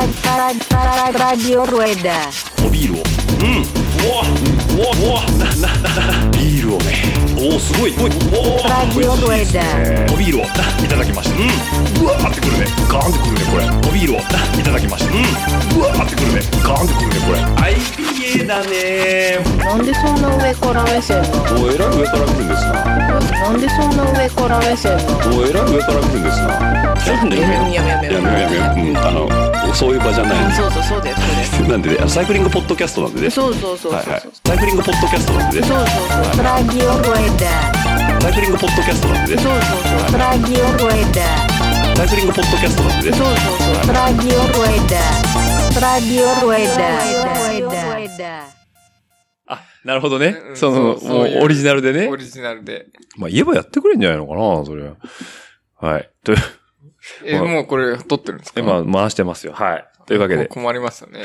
ラジオルエダおビールをうんうわうわうわななななビールをねおおすごいおおラジオルエダおビールをないただきましたうんうわーってくるねガーンってくるねこれおビールをないただきましたうんうわーってくるねガーンってくるねこれ IPA だねなんでそんな上から目線なのおえらい上から来るんですななんでそんな上から目線なのおえらい上から来るんですなちょっとねやめようやめようやめようやめよううんあのそういう場じゃないですそうそうそうですそうですなんでねサイクリングポッドキャストなんでねそうそうそうそうはいそうはいサイクリングポッドキャストなんでねそうラジオルエダサイクリングポッドキャストなんでねそうそうそうラジオルエダサイクリングポッドキャストなんでねそうそうそうラジオルエダラジオルエダあなるほどねうんそのそうもそうういうオリジナルでねオリジナルで。まあ言えばやってくれんじゃないのかなそれははいとえ、まあもうこれ撮ってるんですか今回してますよはいというわけもうで困りました ね。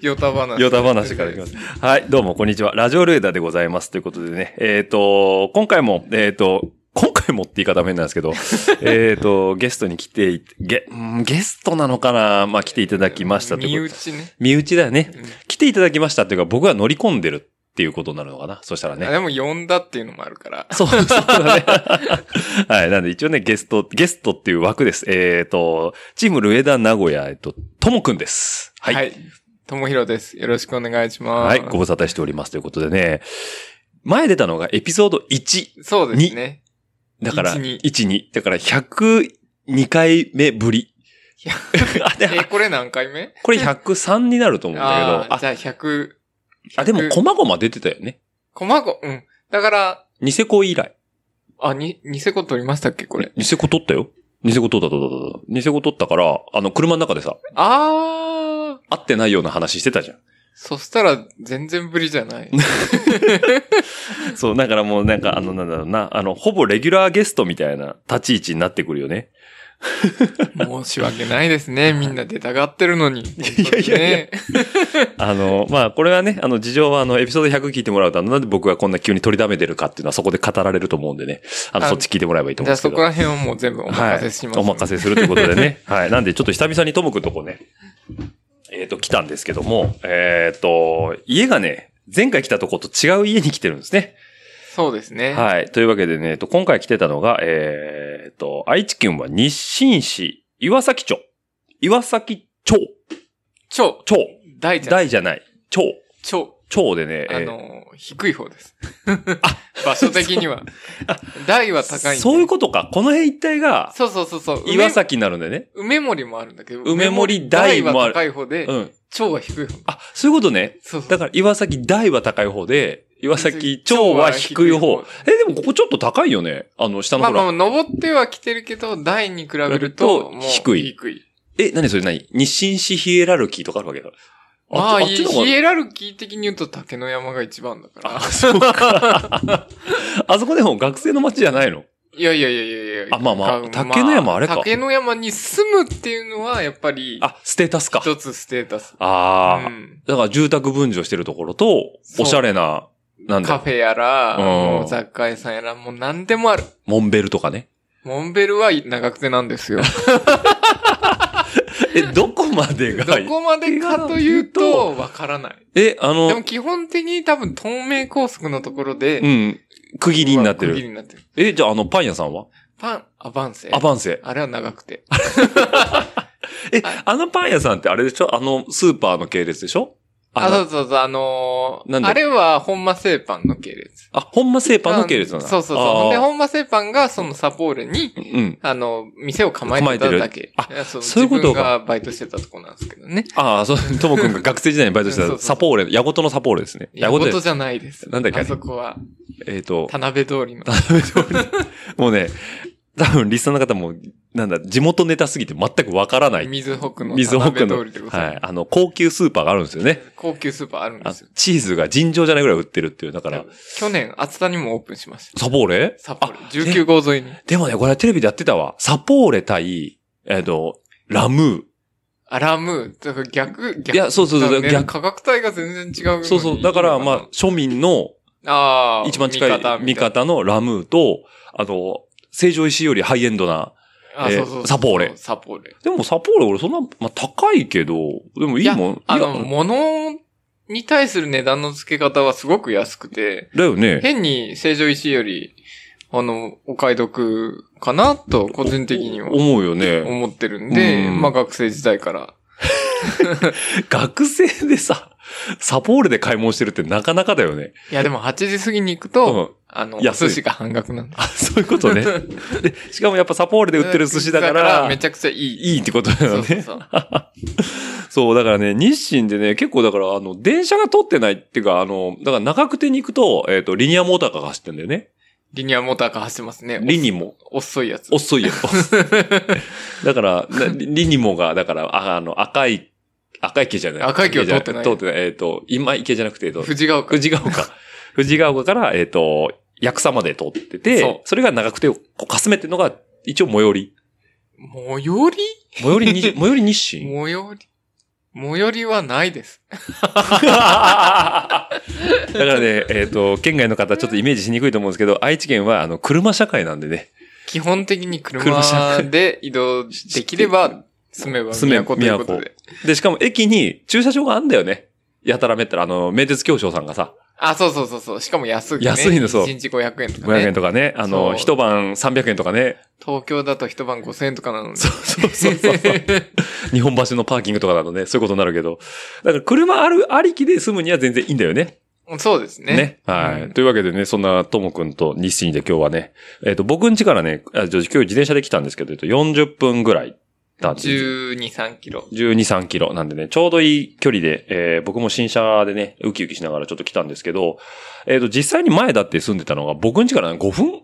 ヨタ話。ヨタ話からいきます。はい、どうも、こんにちは。ラジオルエダでございます。ということでね、えっ、と、今回も、えっ、と、今回もって言い方も変なんです けど、えっと、ゲストに来てい、ゲ、うんゲストなのかなまあ、来ていただきましたと身いうこと。内ね。身内だよねうん。来ていただきましたっていうか、僕は乗り込んでるっていうことになるのかなそしたらねあ。でも呼んだっていうのもあるから。 そう、そうだね。はい。なんで一応ね、ゲスト、ゲストっていう枠です。えっ、と、チームルエダ名古屋、えっ、と、ともくんです。はい。はい。ともひろです。よろしくお願いします。はい。ご無沙汰しておりますということでね。前出たのがエピソード1。そうですね。だから、 12 1、2。だから、102回目ぶり。 あでえ、これ何回目これ103になると 思うんだけああ、ど。じあ、ゃあ100、あでも、こまごま出てたよね。こまご、うん。だから、ニセコ以来。あ、に、ニセコ撮りましたっけこれ。ニセコ撮ったよ。ニセコ撮った、撮った、撮った。ニセコ撮ったから、あの、車の中でさ、あー。会ってないような話してたじゃん。そしたら、全然ぶりじゃない。そう、だからもうなんか、あの、なんだろうな、あの、ほぼレギュラーゲストみたいな立ち位置になってくるよね。申し訳ないですね。みんな出たがってるのに。やいやいや 本当にねあの、まあ、これはね、あの、事情は、あの、エピソード100聞いてもらうと、あの、なんで僕がこんな急に取りだめてるかっていうのはそこで語られると思うんでね。あの、あそっち聞いてもらえばいいとじ思うんゃであすけそど。こら辺をもう全部おお任せします。はい。お任せするということで ね。はい。なんで、ちょっと久々にトム君とこね、えっ、と、来たんですけども、えっ、と、家がね、前回来たとこと違う家に来てるんですね。そうですね。はい。というわけでね、えっと今回来てたのが、えっと、愛知県は日清市岩崎町。岩崎町。超、町。大ちゃん。大じゃない。町。超、町でね、えーあの、低い方です。 場所的には。大は高いんで。そういうことか。この辺一帯が、そうそうそうそう。梅岩。崎になるんだよね。梅森もあるんだけど。梅森大もある大は高い方でう、ん。超は低い方。あ、そういうことね。そうそう。だから、岩崎大は高い方で、岩崎町町はは低低いい方方。え、でもここちょっと高いよね。あの、下のまあほら。まあ、登っては来てるけど、大に比べると、比べるともう低い低い。え、何それ何日清市ヒエラルキーとかあるわけだ。まあ、っちヒの方がエラルキー的に言うと竹の山が一番だかあ、ら。そうか。 あそこでも学生の街じゃないのいやいやいやいやいや。あまあまあか竹の山あれか竹の山に住むっていうのは、やっぱり、あ、ステータスか。一つステータス。ああ、うんだから住宅分譲してるところと、そおうしゃれな、なんカだ、フェやら、うんもう雑貨屋さんやら、もう何でもある。モンベルと かね。モンベルは長くてなんです よ。え、どこまでがどこまでかというと、わからない。え、あの、でも基本的に多分透明高速のところうで、ん。区切りになって区切りる。になってる。え、じゃあ、あの、パン屋さんはパン、アバンセ。アバンセ。あれは長くて。え、あのパン屋さんってあれでしょあの、スーパーの系列でしょあ、あそうの、そうそう、あのーなんだあれは本間製パンの系列。あ、ほんま製パンの系列なんだ。そうそうそう。あーほんで、本間製パンがそのサポールに、うん。あの、店を構えてただけ。構えてるあいやそそういうことか自分がバイトしてたとこなんですけどね。ああ、そう、ともくんが学生時代にバイトしてそうそたうそうサポーレ、ヤゴトのサポーレですね。ヤやゴごトとじゃないです。なんだっけああれそこは、えっと田、辺通りの。もうね、多分リスナーの方も、なんだ、地元ネタすぎて全くわからない。水北の水田北辺の、通りでございまはすい。。あの、高級スーパーがあるんですよね。高級スーパーあるんであすよ。チーズが尋常じゃないぐらい売ってるっていう。だから、去年、厚田にもオープンしました。サポーレ札幌。19号沿いに。でもね、これはテレビでやってたわ。サポーレ対、えっ、と、ラムアラムー、だから逆、ー。逆。いや、そうそうそう、だからね逆。価格帯が全然違うのに。そうそう。だから、まあ、庶民のああ、一番近い味方。味。方のラムーと、あの、成城石井よりハイエンドなあ、えーそうそうそうサポーレサポーレ。でもサポーレ俺そんな、まあ、高いけど、でもいいもん。あいやの、物に対する値段の付け方はすごく安 くて、だよね。変に成城石井より、あの、お買い得かなと、個人的には思うよね。思ってるんで、うんまあ学生時代から。学生でさ、サポーレで買い物してるってなかなかだよね。いや、でも8時過ぎに行くと、あの、お安い寿司が半額なんだ。あ、そういうこと ね。で、しかもやっぱサポーレで売ってる寿司だか、だからめちゃくちゃいい。いいってことだそようそうね。 そう。そう、だからね、日清でね、結構だから、あの、電車が通ってないっていうか、あの、だから中久手に行くと、えっ、と、リニアモーターカーが走ってんだよね。リニアモーターが走ってますね。リニモ。遅いやつ。遅い よ。だから、なリリニモが、だから、ああの、赤い、赤い池じゃない。赤い池は通ってない通ってない。えっ、と、今池じゃなくて、えっと、富士ヶ丘。富士ヶ丘。 富士ヶ丘から、えっ、と、ヤクサまで通ってて、そうそれが長久手をこうかすめてるのが、一応最寄り。最寄り最寄りに、 最寄り日清最寄り最寄りはないです。だからね、えっ、と、県外の方ちょっとイメージしにくいと思うんですけど、愛知県はあの、車社会なんでね、基本的に車社車で移動できれば、住めば住め都ということで。で、しかも駅に駐車場があんだよね。やたらめったら、あの、名鉄教商さんがさ、あ、そうそうそうそう。しかも安い、ね。安いのそう1日500円とか500円ね。とかね、あの、そう一晩300円とかね、東京だと一晩5000円とかなので。そうそうそうそう。 日本橋のパーキングとかだとね、そういうことになるけど。だから車ある、ありきで住むには全然いいんだよね。そうですね。ね。はい。というわけでね、そんなともくんと日清で今日はね、えっ、と、僕ん家からね、あじゃあ今日自転車で来たんですけど、えっと、40分ぐらいなんですよ12、3キロ。 12、3キロなんでね、ちょうどいい距離で、えー僕も新車でね、ウキウキしながらちょっと来たんですけど、えっ、と、実際に前だって住んでたのが、僕ん家からね5分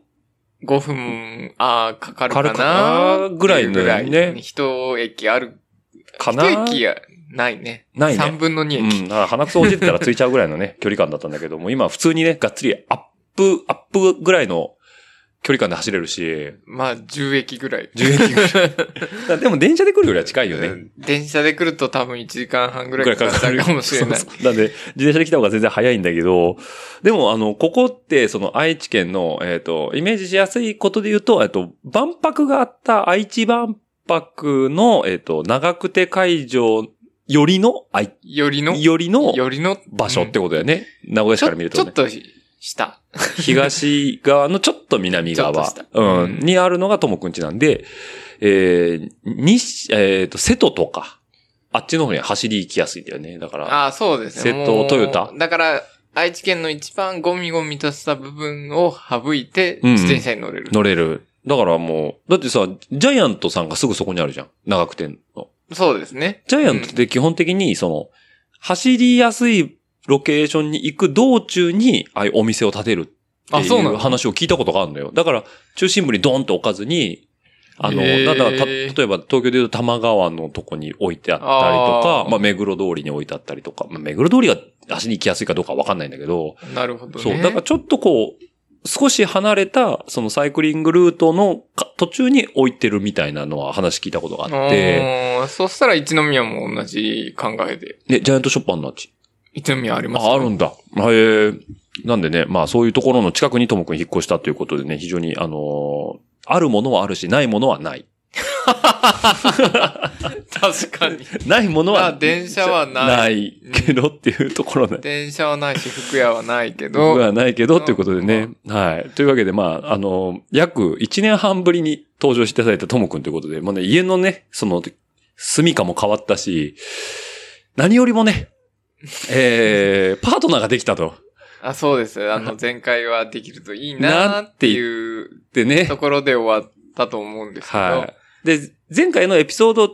5分、あーかかるかなかかるかなぐらいのねぐらいね。一駅ある。かな一駅や、ないね。ないね3分の2うん、駅。だから鼻くそ落ちてたらついちゃうぐらいのね、 距離感だったんだけども、今は普通にね、がっつりアップ、アップぐらいの距離感で走れるし、まあ、10駅ぐらい。 10駅ぐらい。だからでも電車で来るよりは近いよね。 電車で来ると多分1時間半ぐらいかかるかも しれないそう。そうなんで、自転車で来た方が全然早いんだけど、でも、あの、ここって、その愛知県の、えっ、と、イメージしやすいことで言うと、えっ、と、万博があった愛知万博の、えっ、と、長久手会場よりの、あいよりの、よりのよりの場所ってこことだよね。名古屋と市から見るとね。ちょっと下。東側のちょっと南側、 ちょっと下う、うんんにあるのがともくんちなんで、えー、西、えっ、と、瀬戸とか、あっちの方に走り行きやすいんだよね。だから、ああ、そうですね。瀬戸もうトヨタだから、愛知県の一番ゴミゴミとした部分を省いて、うん自転車に乗れる。乗れる。だからもう、だってさ、ジャイアントさんがすぐそこにあるじゃん。長くてんの。そうですね。ジャイアントって基本的に、その、走りやすいロケーションに行く道中に、ああいうお店を建てるってあそういなうの話を聞いたことがあるのよ。だから、中心部にドンと置かずに、あの、へーなんだた、例えば東京で言うと多摩川のとこに置いてあったりとか、あーまあ、目黒通りに置いてあったりとか、まあ、目黒通りが足に行きやすいかどうかわかんないんだけど、なるほどね。そう。だからちょっとこう、少し離れた、そのサイクリングルートのか途中に置いてるみたいなのは話聞いたことがあって、あーそしたら一宮も同じ考えで。ね、ジャイアントショップあんなっち。一宮ありますあ、あるんだ。へえ。なんでね、まあそういうところの近くにともくん引っ越したということでね、非常に、あのーあるものはあるし、ないものはない。 確 かに。ないものは、あ電車はないないけどっていうところね。電車はないし、服屋はないけど。僕はないけど、ということでね。はい。というわけで、まあ、あの、約1年半ぶりに登場していただいたともくんということで、もうね、家のね、その、住処も変わったし、何よりもね、えー、パートナーができたと。あ、そうです。あの、前回はできるといいなっていうでねと。ころで終わったと思うんですけど。はい。で、前回のエピソード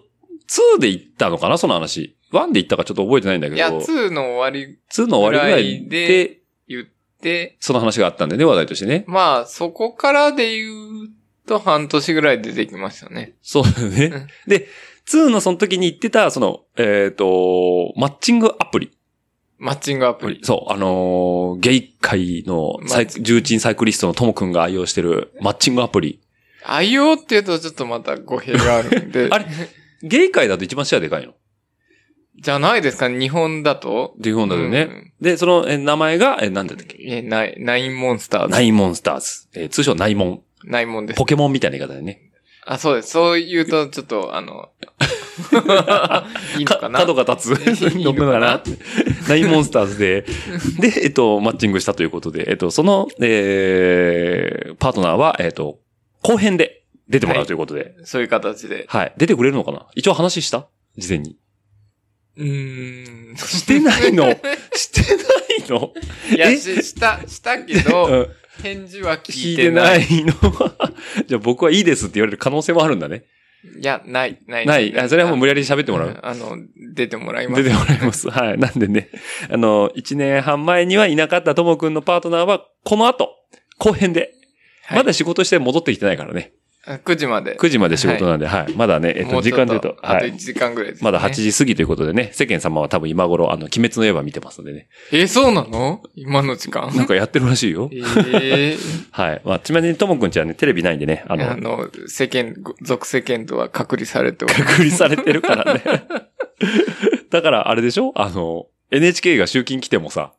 2で行ったのかなその話。1で行ったかちょっと覚えてないんだけい、ど、や、2の終わり2の終わりぐらいぐらいで、言って、その話があったんでね、話題としてね。まあ、そこからで言うと半年ぐらい出てきましたね。そうだうねん。で、2のその時に言ってた、その、えっ、と、マッチングアプリ。マッチングアプリ。そう、あのーゲイ界のサイマッ重鎮サイクリストのともくんが愛用してるマッチングアプリ。愛用って言うとちょっとまた語弊があるんで。 あれゲイ界だと一番視野でかいの。っじゃないですか、日本だと。ていう本だよね。うんで、その、え名前が、えなんだったっけえ、ない、ナインモンスターズ。ナインモンスターズ。えー通称ナイモン。ナイモンです。ポケモンみたいな言い方でね。あ、そうです。そう言うと、ちょっと、あ の、いいのかな角が 立ついいののかなかなナインモンスターズで、で、えっと、マッチングしたということで、えっと、その、えー、パートナーは、えっと、後編で出てもらうということで、そういう形で。はい。出てくれるのかな一応話した事前に。うーん。してない のしてないのいや、えしした、した けうど、ん返事は聞聞いいててな。ないいの じゃあ僕はいいですって言われる可能性もあるんだね。いや、ない、ない。ない。あそれはもう無理やり喋ってもらう。あの、出てもらいます。出てもらい ます。はい。なんでね、あの、1年半前にはいなかったともくんのパートナーは、この後、後編で、はいまだ仕事して戻ってきてないからね。あ9時まで。 9時まで仕事なんで、はい。まだね、えっもと、う時ちょ間っで言うと、あはと1い。時間ぐらいです、ね。まだ8。時過ぎということでね、世間様は多分今頃、あの、鬼滅の刃見てますんでね。え、そうなの今の時間。なんかやってるらしいよえ。ー、はい。まあ、ちなみにともくんちはね、テレビないんでね、 あの、あの、世間、俗世間とは隔離されており隔離されてるからね。 だから、あれでしょあの、NHK が集金来てもさ、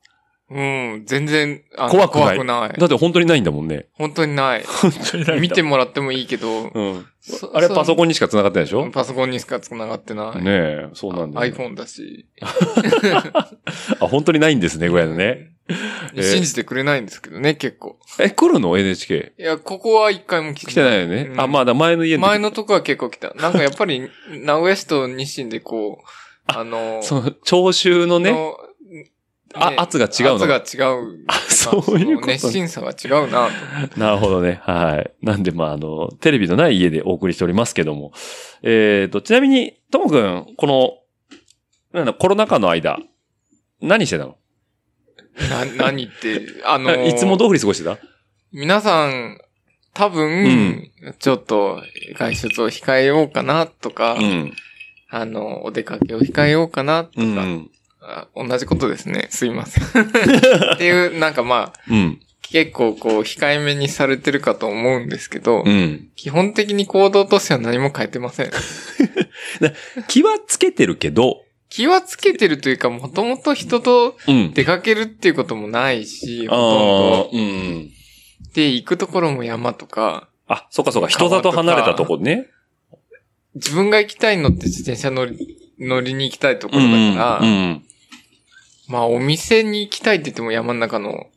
うん、全然、あの怖くない怖くないだ。って本当にないんだもんね。本当にない。本当にないんだもん。見てもらってもいいけうど、ん。そ あれパソンコンにしか繋がってないでしょねパソコンにしか繋がってない。え、そうなんだよ。 iPhone だし。あ、本当にないんですね、ぐらいのね。えー信じてくれないんですけどね、結構。え、来るの ?NHK。いや、ここは一回も来来てないよね。うんあ、まあだ、前の家の時前のとこは結構来た。なんかやっぱり、名古屋市と日清でこう、あの、その、聴衆のね、のあ圧が違うの圧が違う。 あそういうことねその熱心さが違うなと。なるほどね。はい。なんで、まあ、あの、テレビのない家でお送りしておりますけども。えっ、と、ちなみに、ともくん、この、なんだ、コロナ禍の間、何してたの、な、 何って、あ のいつも通り過ごしてた皆さん、多分、ちょっと外出を控えようかなとか、ん。あの、お出かけを控えようかなとか、うん。あ同じことですね。すいません。 っていう、なんかまあ、うん。結構こう、控えめにされてるかと思うんですけど、うん。基本的に行動としては何も変えてません。気はつけてるけど、気はつけてるというか、もともと人とうん。出かけるっていうこともないし、あほとんーうん。ど。で、行くところも山とか、あ、そうかそうか、人里離れたとこね。自分が行きたいのって自転車乗り、乗りに行きたいとこうろんだかうん。ら、うん。まあお店に行きたいって言っても山の中の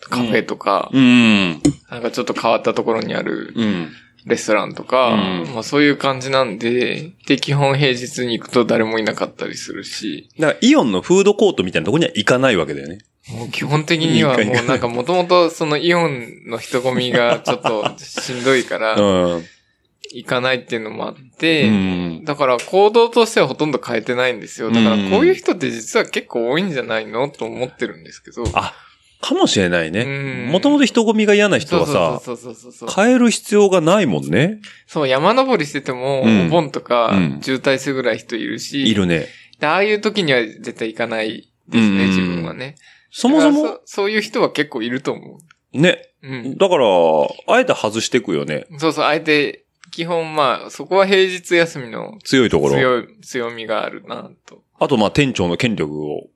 カフェとか、うん。なんかちょっと変わったところにあるうん。レストランとか、うんまあそういう感じなんで、で、基本平日に行くと誰もいなかったりするし、だから、イオンのフードコートみたいなとこには行かないわけだよね。もう基本的にはもうなんかもともとそのイオンの人混みがちょっとしんどいから、ん。行かないっていうのもあっうて、ん。だから行動としてはほとんど変えてないんですよ。だからうんこういう人って実は結構多いんじゃないのと思ってるんですけど。あかもしれないうんね。もともと人混みが嫌な人はさ、そうそうそうそうそう。変える必要がないもんね。そう、山登りしてても、うんお盆とかうん、渋滞するぐらい人いるし、いるね。で、ああいう時には絶対行かないですうね、ん自分はね。そもそだからも、そそういう人は結構いると思ね。う。うん。だから、あえて外していくよね。そうそう、あえて、基本まあ、そこは平日休みの強いところ。強い、強みがあるなと。あと、まあ、店長の権力を、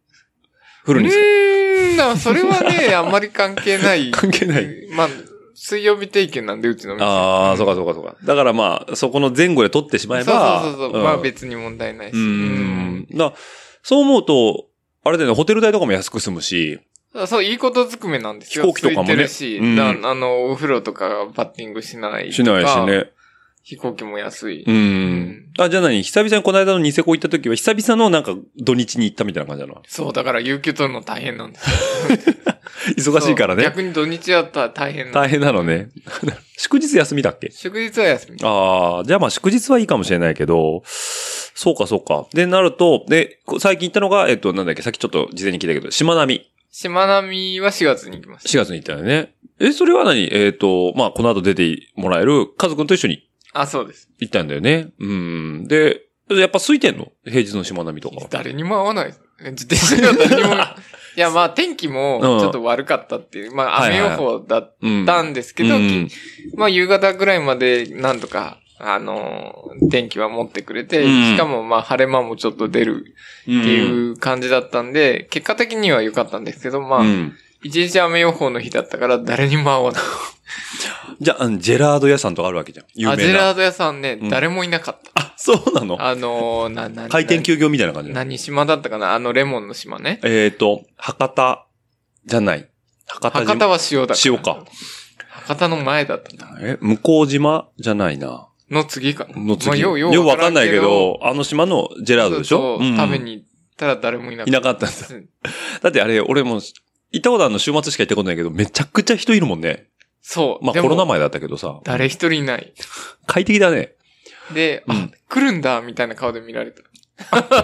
フうルに使う。ーん、だからそれはね、あんまり関係ない。関係ない。まあ、水曜日定休なんで、うちの店。ああ、そうかそうかそうか。だからまあ、そこの前後で取ってしまえば、そうそうそうそう、うんまあ別に問題ないし。うん。だそう思うと、あれだよね、ホテル代とかも安く済むし、うんそう、いいことずくめなんですよ。飛行機とかもね空いてるし、うんだあの、お風呂とかバッティングしないしとかないし。ね。飛行機も安い。うん。あ、じゃあ何久々にこの間のニセコ行った時は、久々のなんか土日に行ったみたいな感じ なのそう、だから、有給取るの大変なんですよ。忙しいからそうね。逆に土日やったら大変な大変なのね。 祝日休みだっけ祝日は休み。ああ、じゃあまあ祝日はいいかもしれないけど、そうかそうか。で、なると、で、こ最近行ったのが、えっと、なんだっけ、さっきちょっと事前に聞いたけど、しまなみ。しまなみは4月に行きまし4月に行ったよね。え、それは何えっ、と、まあ、この後出てもらえる家族と一緒にた。あ、そうです。行ったんだよね。うん。で、やっぱ空いてんの平日のしまなみとか。誰にも合わないです。自転車が誰に も。いや、まあ、天気もちょっと悪かったっていう。まあ、はい雨は予い報だっうん。たんですけうど、ん。まあ、夕方ぐらいまで、なんとか、あのー、天気は持ってくれて、うんしかも、まあ、晴れ間もちょっと出っるてっていう感じだったんで、結果的には良かったんですけど、まあ、うん。一日雨予報の日だったから、誰にも会わない。じゃあ、うんジェラード屋さんとかあるわけじゃん。 有名な。アジェラード屋さんね、うん誰もいなかった。あ、そうなのあのー、な、な、回転休業みたいな感じななの何島だったかなあのレモンの島ね。えっ、と、博多じゃない。博多島。博多は塩だから。塩か。博多の前だったな。え、向島じゃないな。の次か。の次。まあ、よう、ようようわかんないけど、あの島のジェラードでしそょうそう食べ。うんに行ったら誰もいなかいなった。かったんだ。うんだってあれ、俺も、行ったことあるの週末しか行ったことないけど、めちゃくちゃ人いるもんね。そう。まあでコもロナ前だったけどさ。誰一人いない。快適だね。で、うあん、来るんだ、みたいな顔で見られた。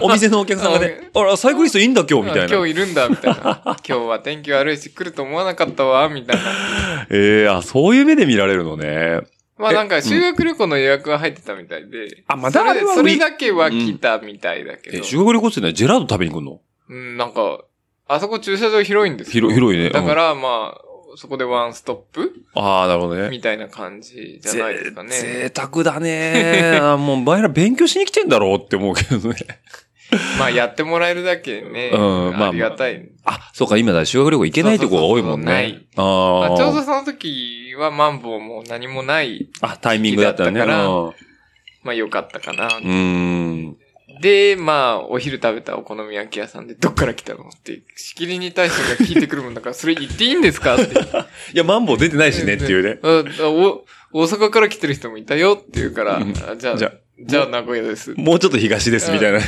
お店のお客さんがね、 あら、サイクリストいいんだ今日みたいあ今な。日いるんだ、みたい な。今日は天気悪いし来ると思わなかったわ、みたいな。ええあ、そういう目で見られるのね。まあなんえか修学旅行の予約が入ってたみたいで。あまだそれあれはそれだけは来たみたいだけえ、ど。修学旅行ってね、ジェラード食べに来んのうん、なんか、あそこ駐車場広いんですよ。広広いねうんだからまあ、そこでワンストップああ、なるほどね。みたいな感じじゃないですかね。ぜ贅沢だね。 あーもう、お前ら勉強しに来てんだろうって思うけどね。まあやってもらえるだけね。うんまあありがたい。 あ、そうか、今だ、修学旅行行けないとこが多いもんね。まああ、ちょうどーその時はマンボウも何もない。あ、タイミングだったね。時期だったからうんまあよかったかな。うーん。で、まあ、お昼食べたお好み焼き屋さんで、どっから来たのって、しきりに対してが聞いてくるもんだから、それ言っていいんですか って。いや、マンボウ出てないしねっていうね。あお、大阪から来てる人もいたよって言うから、あじゃあ、じじゃあゃあ名古屋です。もうちょっと東ですみたいな。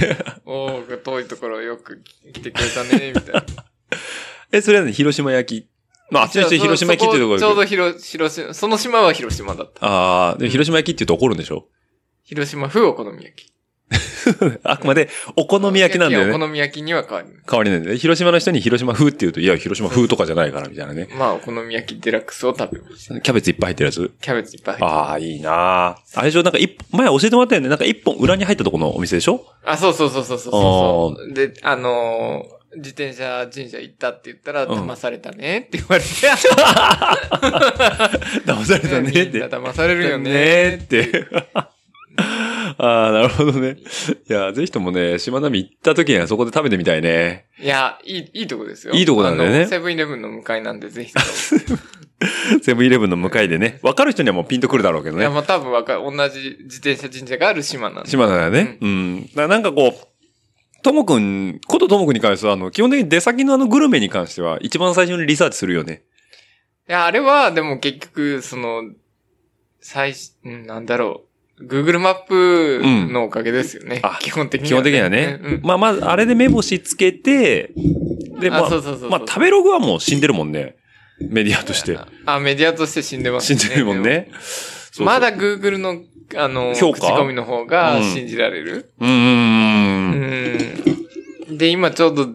おお遠いところよく来てくれたね、みたい な。 え、それはね、広島焼き。まあ、あっちの人広島焼きっていうところそこちょうでど広、広島、その島は広島だった。ああ、で、広島焼きって言うと怒るんでしょ広島風お好み焼き。あくまでお好おみ焼きなんだよおね。好み焼きには変わりない。変わりないんだよね。広島の人に広島風って言うと、いや、広島風とかじゃないからみたいなね。まあ、お好み焼きデラックスを食べました。キャベツいっぱい入ってるやつキャベツいっぱい入ってああ、いいなあ。あれでしょなんか一、前教えてもらったよね。なんか一本裏に入ったとこのお店でし ょあ、そうそうそうそうそうそうそう。で、あのー自転車神社行ったって言ったら、うん騙されたねって言われて、騙されたねっみんなて。騙されるよねねって。 ああ、なるほどね。いや、ぜひともね、島並行った時にはそこで食べてみたいね。いや、いい、いいとこですよ。いいとこなんだよねあのセブンイレブンの向かいなんで、ぜひ。いセブンイレブンの向かいでね。わかる人にはもうピンとくるだろうけどねや、。まあ多分わかる。同じ自転車神社がある島なんで。島だよね。うん。だからなんかこう、ともくん、ことともくんに関しては、あの、基本的に出先のあのグルメに関しては、一番最初にリサーチするよね。いや、あれは、でも結局、その、最し、うんなんだろう。Google マップのおかげですよね。あ基本的に基本的にはね。うん。まあまず、あれで目星つけて、で、まああ、そうそうそうそうまあ、食べログはもう死んでるもんね。メディアとして。あ、メディアとして死んでます死んでるもん。ね。そうそうまだ、Google の、あの、評口価コミの方がうん信じられる。うー。うんん。で、今ちょうど、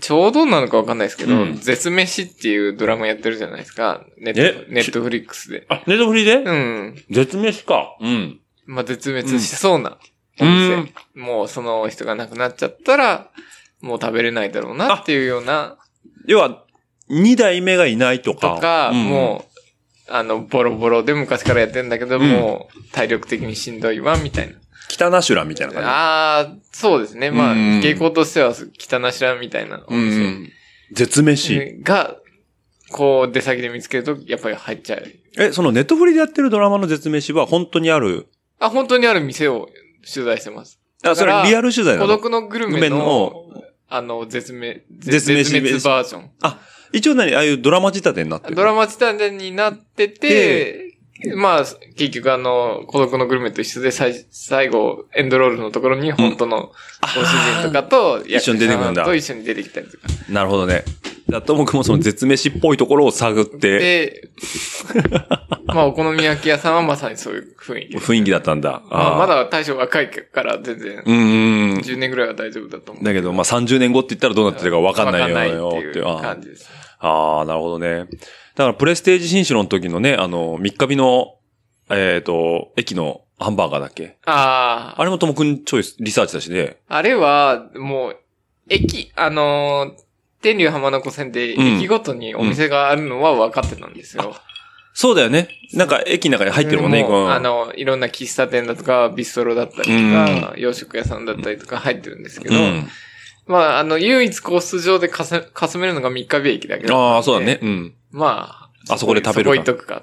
ちょうどなのかわかんないですけど、うん絶飯っていうドラマやってるじゃないですか。ネッえトネットフリックスで。あ、ネットフリでうん。絶滅か。うん。まあ、絶滅しそうなおう店ん。もうその人が亡くなっちゃったら、もう食べれないだろうなっていうような、要は、二代目がいないとか。とか、うんもう、あの、ボロボロで昔からやってんだけど、うんもう、体力的にしんどいわ、みたいな。汚しゅらみたいな感ああ、そうですね。まあ、うん傾向としては、汚しらみたいなおじ。うんう店ん。絶滅。が、こう、出先で見つけると、やっぱり入っちゃう。え、そのネットフリでやってるドラマの絶滅は本当にあるあ、本当にある店を取材してます。あ、それだからリアル取材な孤の独のグルメグルメのの、あの、絶滅、絶滅絶滅バージョン。あ、一応何ああいうドラマ仕立てになってるドラマ自体になってて、まあ、結局あの、孤独のグルメと一緒で、最最後、エンドロールのところに、本当のご主人とかと、役一緒に出てくるんだと一緒に出てきたりとか。なるほどね。だともくもその絶滅っぽいところを探って、で、まあ、お好み焼き屋さんはまさにそういう雰囲気です。雰囲気だったんだ。まあ、ーま。だ大将若いから全然、うんうんうん。 10年ぐらいは大丈夫だと思う。だけど、まあ、30年後って言ったらどうなってるか分かんないよわかんないっていうあー感じです。あー、なるほどね。だから、プレステージ新種の時のね、あの、三日日の、えっ、と、駅のハンバーガーだっけああ、あれもともくんチョイス、リサーチだしね。あれは、もう、駅、あのー天竜浜名湖線でうん駅ごとにお店があるのは分かってたんですよ。そうだよね。なんか、駅の中に入ってるもんね、うこのあの、いろんな喫茶店だとか、ビストロだったりとか、洋食屋さんだったりとか入ってるんですけうど、ん。まあ、あの、唯一コース上でかす、かすめるのが三日日駅だけど。ああ、そうだね。。うん。まあ、あそこで食べるそこ行っとくか。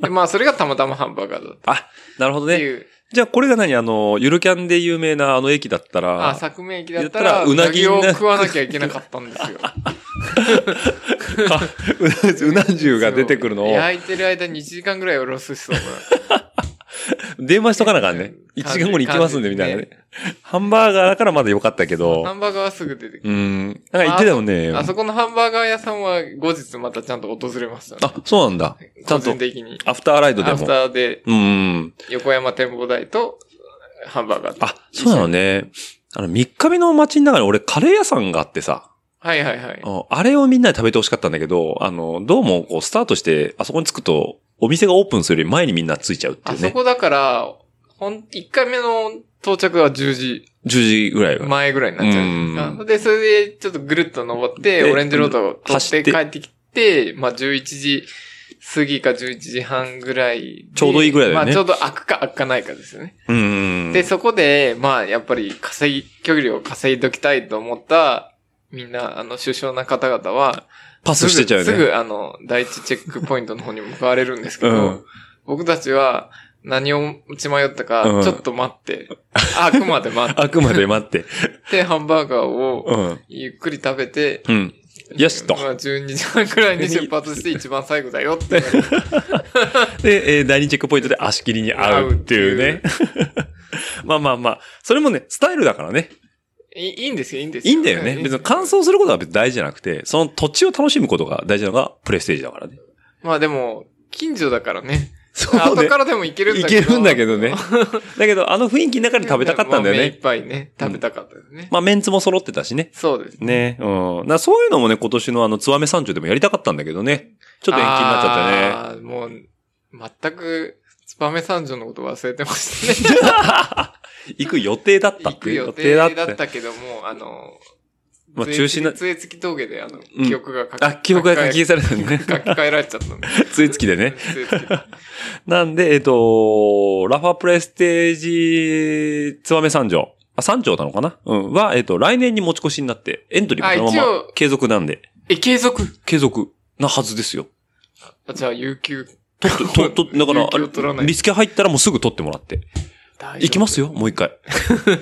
でまあ、それがたまたまハンバーガーだったっあ、なるほどてね。いう。じゃあこれが何あの、ゆるキャンで有名なあの駅だったあ、ら、作名駅だったら、言うったらなぎうなをぎな食わなきゃいけなかったんですよ。あうな うな重が出てくるのを焼いてる間に1時間ぐらいおろすしそうな。電話しとかなあかんね。うん1時間後に行きますんで、みた感じいなでね。ハンバーガーだからまだ良かったけハど、ンバーガーはすぐ出てくうる。ん。なんか言ってたもんね。あそこのハンバーガー屋さんは後日またちゃんと訪れましたね。あ、そうなんだ。ちゃ個んと人、的に。アフターライドでアもフタ。ーでうん。横山展望台とハンバーガーと。あ、そうなのね。あの、3日目の街の中に俺カレー屋さんがあってさ、はいはいはい。ああれをみんなで食べてほしかったんだけど、あの、どうもこうスタートして、あそこに着くと、お店がオープンするより前にみんな着いちゃうっていあうそね。こだから、ほん、1回目の到着は10時10時ぐらいは。前ぐらいになっちゃううんあ。で、それでちょっとぐるっと登って、でオレンジロードを取走っってて帰ってきて、まあ11時過ぎか11時半ぐらいで。ちょうどいいぐらいだよねまあちょうど開くか開かないかですよね。うん。で、そこで、まあやっぱり稼ぎ、距離を稼いどきたいと思った、みんな、あの、首相な方々は、パスしてちゃうよすね。ぐ、すぐあの、第一チェックポイントの方に向かわれるんですけど、うん僕たちは、何を打ち迷ったか、うんちょっと待って、あくまで待っあくまで待って。 て、ハンバーガーを、うん。ゆっくり食べて、うん。よしとま。あ、12時半くらいに出発して一番最後だよって言わ れて。で、えー第2チェックポイントで足切りに合うっていうね。 まあまあまあ、それもね、スタイルだからね。いいいいんですよ、いいんですいいんだよね。別に完走することは別に大事じゃなくて、その土地を楽しむことが大事なのがプレステージだからね。まあでも、近所だからね。そう後ねか。らでも行けるんいだけど。けるんだけどね。 だけど、あの雰囲気の中で食べたかったんだよまあ目いっね。ぱいね、食べたかったよね。まあメンツも揃ってたしね。そうです。ね。うん。なそういうのもね、今年のあの、つわめ山中でもやりたかったんだけどね。ちょっと延期になっちゃっったね。もう、全く、ツバメ三条のこと忘れてましたね。 たね。行く予定だったっ行てくいう。予定だっ予定たけども、あの、まあ中止な杖付き峠で、あのう、ん記憶が書きあ、記憶が書き消されたんでね。書き 換えられちゃったんで。ついつきでね。杖付きなんで、えっと、ラファプレステージ、つばめ三条。あ、三条なのかなうん。は、えっと、来年に持ち越しになって、エントリーもそのあま一ま継続なんで、え、継続継続なはずですよ。あじゃあ、有給。取って、と、と、だから、有給を取らないリスケ入ったらもうすぐ取ってもらって。行きますよ、もう一回。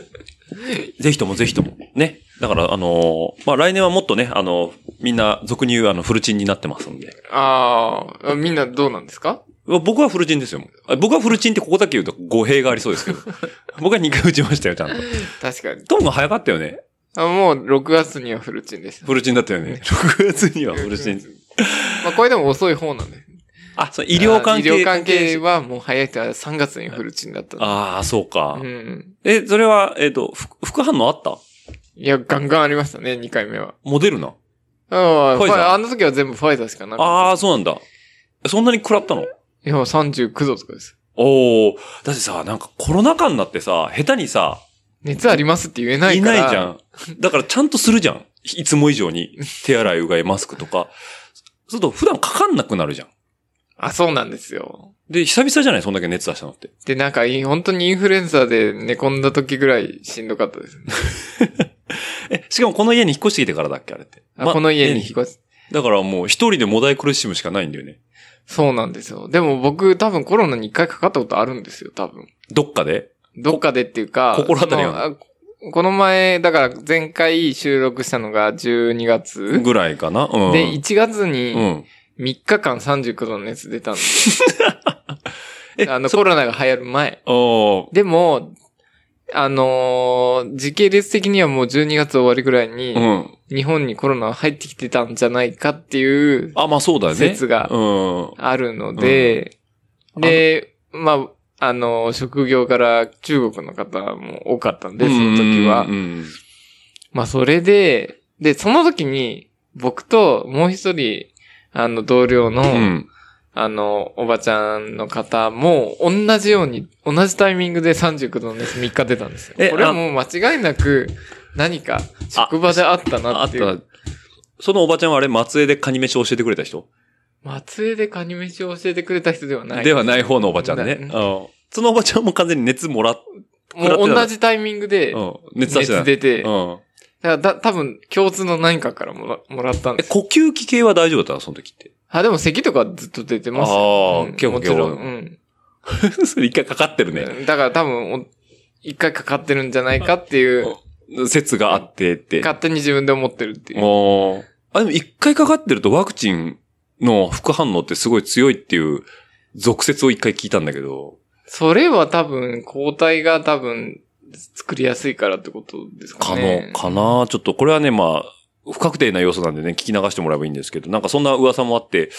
ぜひともぜひとも。ね。だから、あのーまあ、来年はもっとね、あのーみんな、俗に言う、あの、フルチンになってますんで。あーあ、みんなどうなんですか僕はフルチンですよ。あ僕はフルチンってここだけ言うと語弊がありそうですけど。僕は2回打ちましたよ、ちゃんと。確かに。トムが早かったよね。あもう6月にはフルチンです。フルチンだったよ ね。6月にはフルチン。まあ、これでも遅い方なんで。あ、そう、医療関係。あ医療関係。はもう早い人は3月にフルチンだった。ああ、そうかう。ん。え、それは、えっと、ふ副反応あったいや、ガンガンありましたね、2回目は。モデルナ。あファイザーあ、あの時は全部ファイザーしかなあかっあ、そうなんだ。そんなに食らったのた。いや、39度とかです。おお、だってさ、なんかコロナ禍になってさ、下手にさ、熱ありますって言えないいから。ないじゃん。だからちゃんとするじゃん。いつも以上 に。手洗い、うがい、マスクとか。そうすると普段かかんなくなるじゃん。あ、そうなんですよ。で、久々じゃないそんだけ熱出したのって。で、なんかい、本当にインフルエンザで寝込んだ時ぐらいしんどかったです。え、しかもこの家に引っ越してきてからだっけあれって。あまこの家に引っ越す。だからもう一人でもだい苦しむしかないんだよね。そうなんですよ。でも僕多分コロナに一回かかったことあるんですよ、多分。どっかでどっかでっていうか。こ心当たりはそのあこの前、だから前回収録したのが12月。ぐらいかなうん。で、1月うにん。 3日間39度の熱出たんです。 え、あの、そコロナが流行る前。おーでも、あのー時系列的にはもう12月終わりぐらいにう、ん。日本にコロナ入ってきてたんじゃないかっていう、あ、まあそうだよね。説がうん。あるので、うんで、まあ、あの、職業から中国の方も多かったんで、その時は。うんうんまあ、それで、で、その時に、僕ともう一人、あの、同僚の、うん。うん。あの、おばちゃんの方も、同じように、同じタイミングで39度の熱3日出たんですよ。えこれはもう間違いなく、何か、職場であったあなっっていう。た。そのおばちゃんはあれ、松江でカニ飯を教えてくれた人松江でカニ飯を教えてくれた人ではない。ではない方のおばちゃんね。ううんん。そのおばちゃんも完全に熱もらっ、もう同じタイミングでう、ん。熱出してた。熱出て、うん。だからだ、多分、共通の何かからもらもらったんえ、です。呼吸器系は大丈夫だったのその時って。あ、でも咳とかずっと出てますよ。あーうん今日ももちろん。今日う ん。それ一回かかってるね。だから多分お、一回かかってるんじゃないかっていう、説があってって。 勝手に自分で思ってるっていう。おーあ、でも一回かかってるとワクチンの副反応ってすごい強いっていう俗説を一回聞いたんだけど。それは多分、抗体が多分、作りやすいからってことですかかの、ね。かなちょっとこれはね、まあ、不確定な要素なんでね、聞き流してもらえばいいんですけど、なんかそんな噂もあって、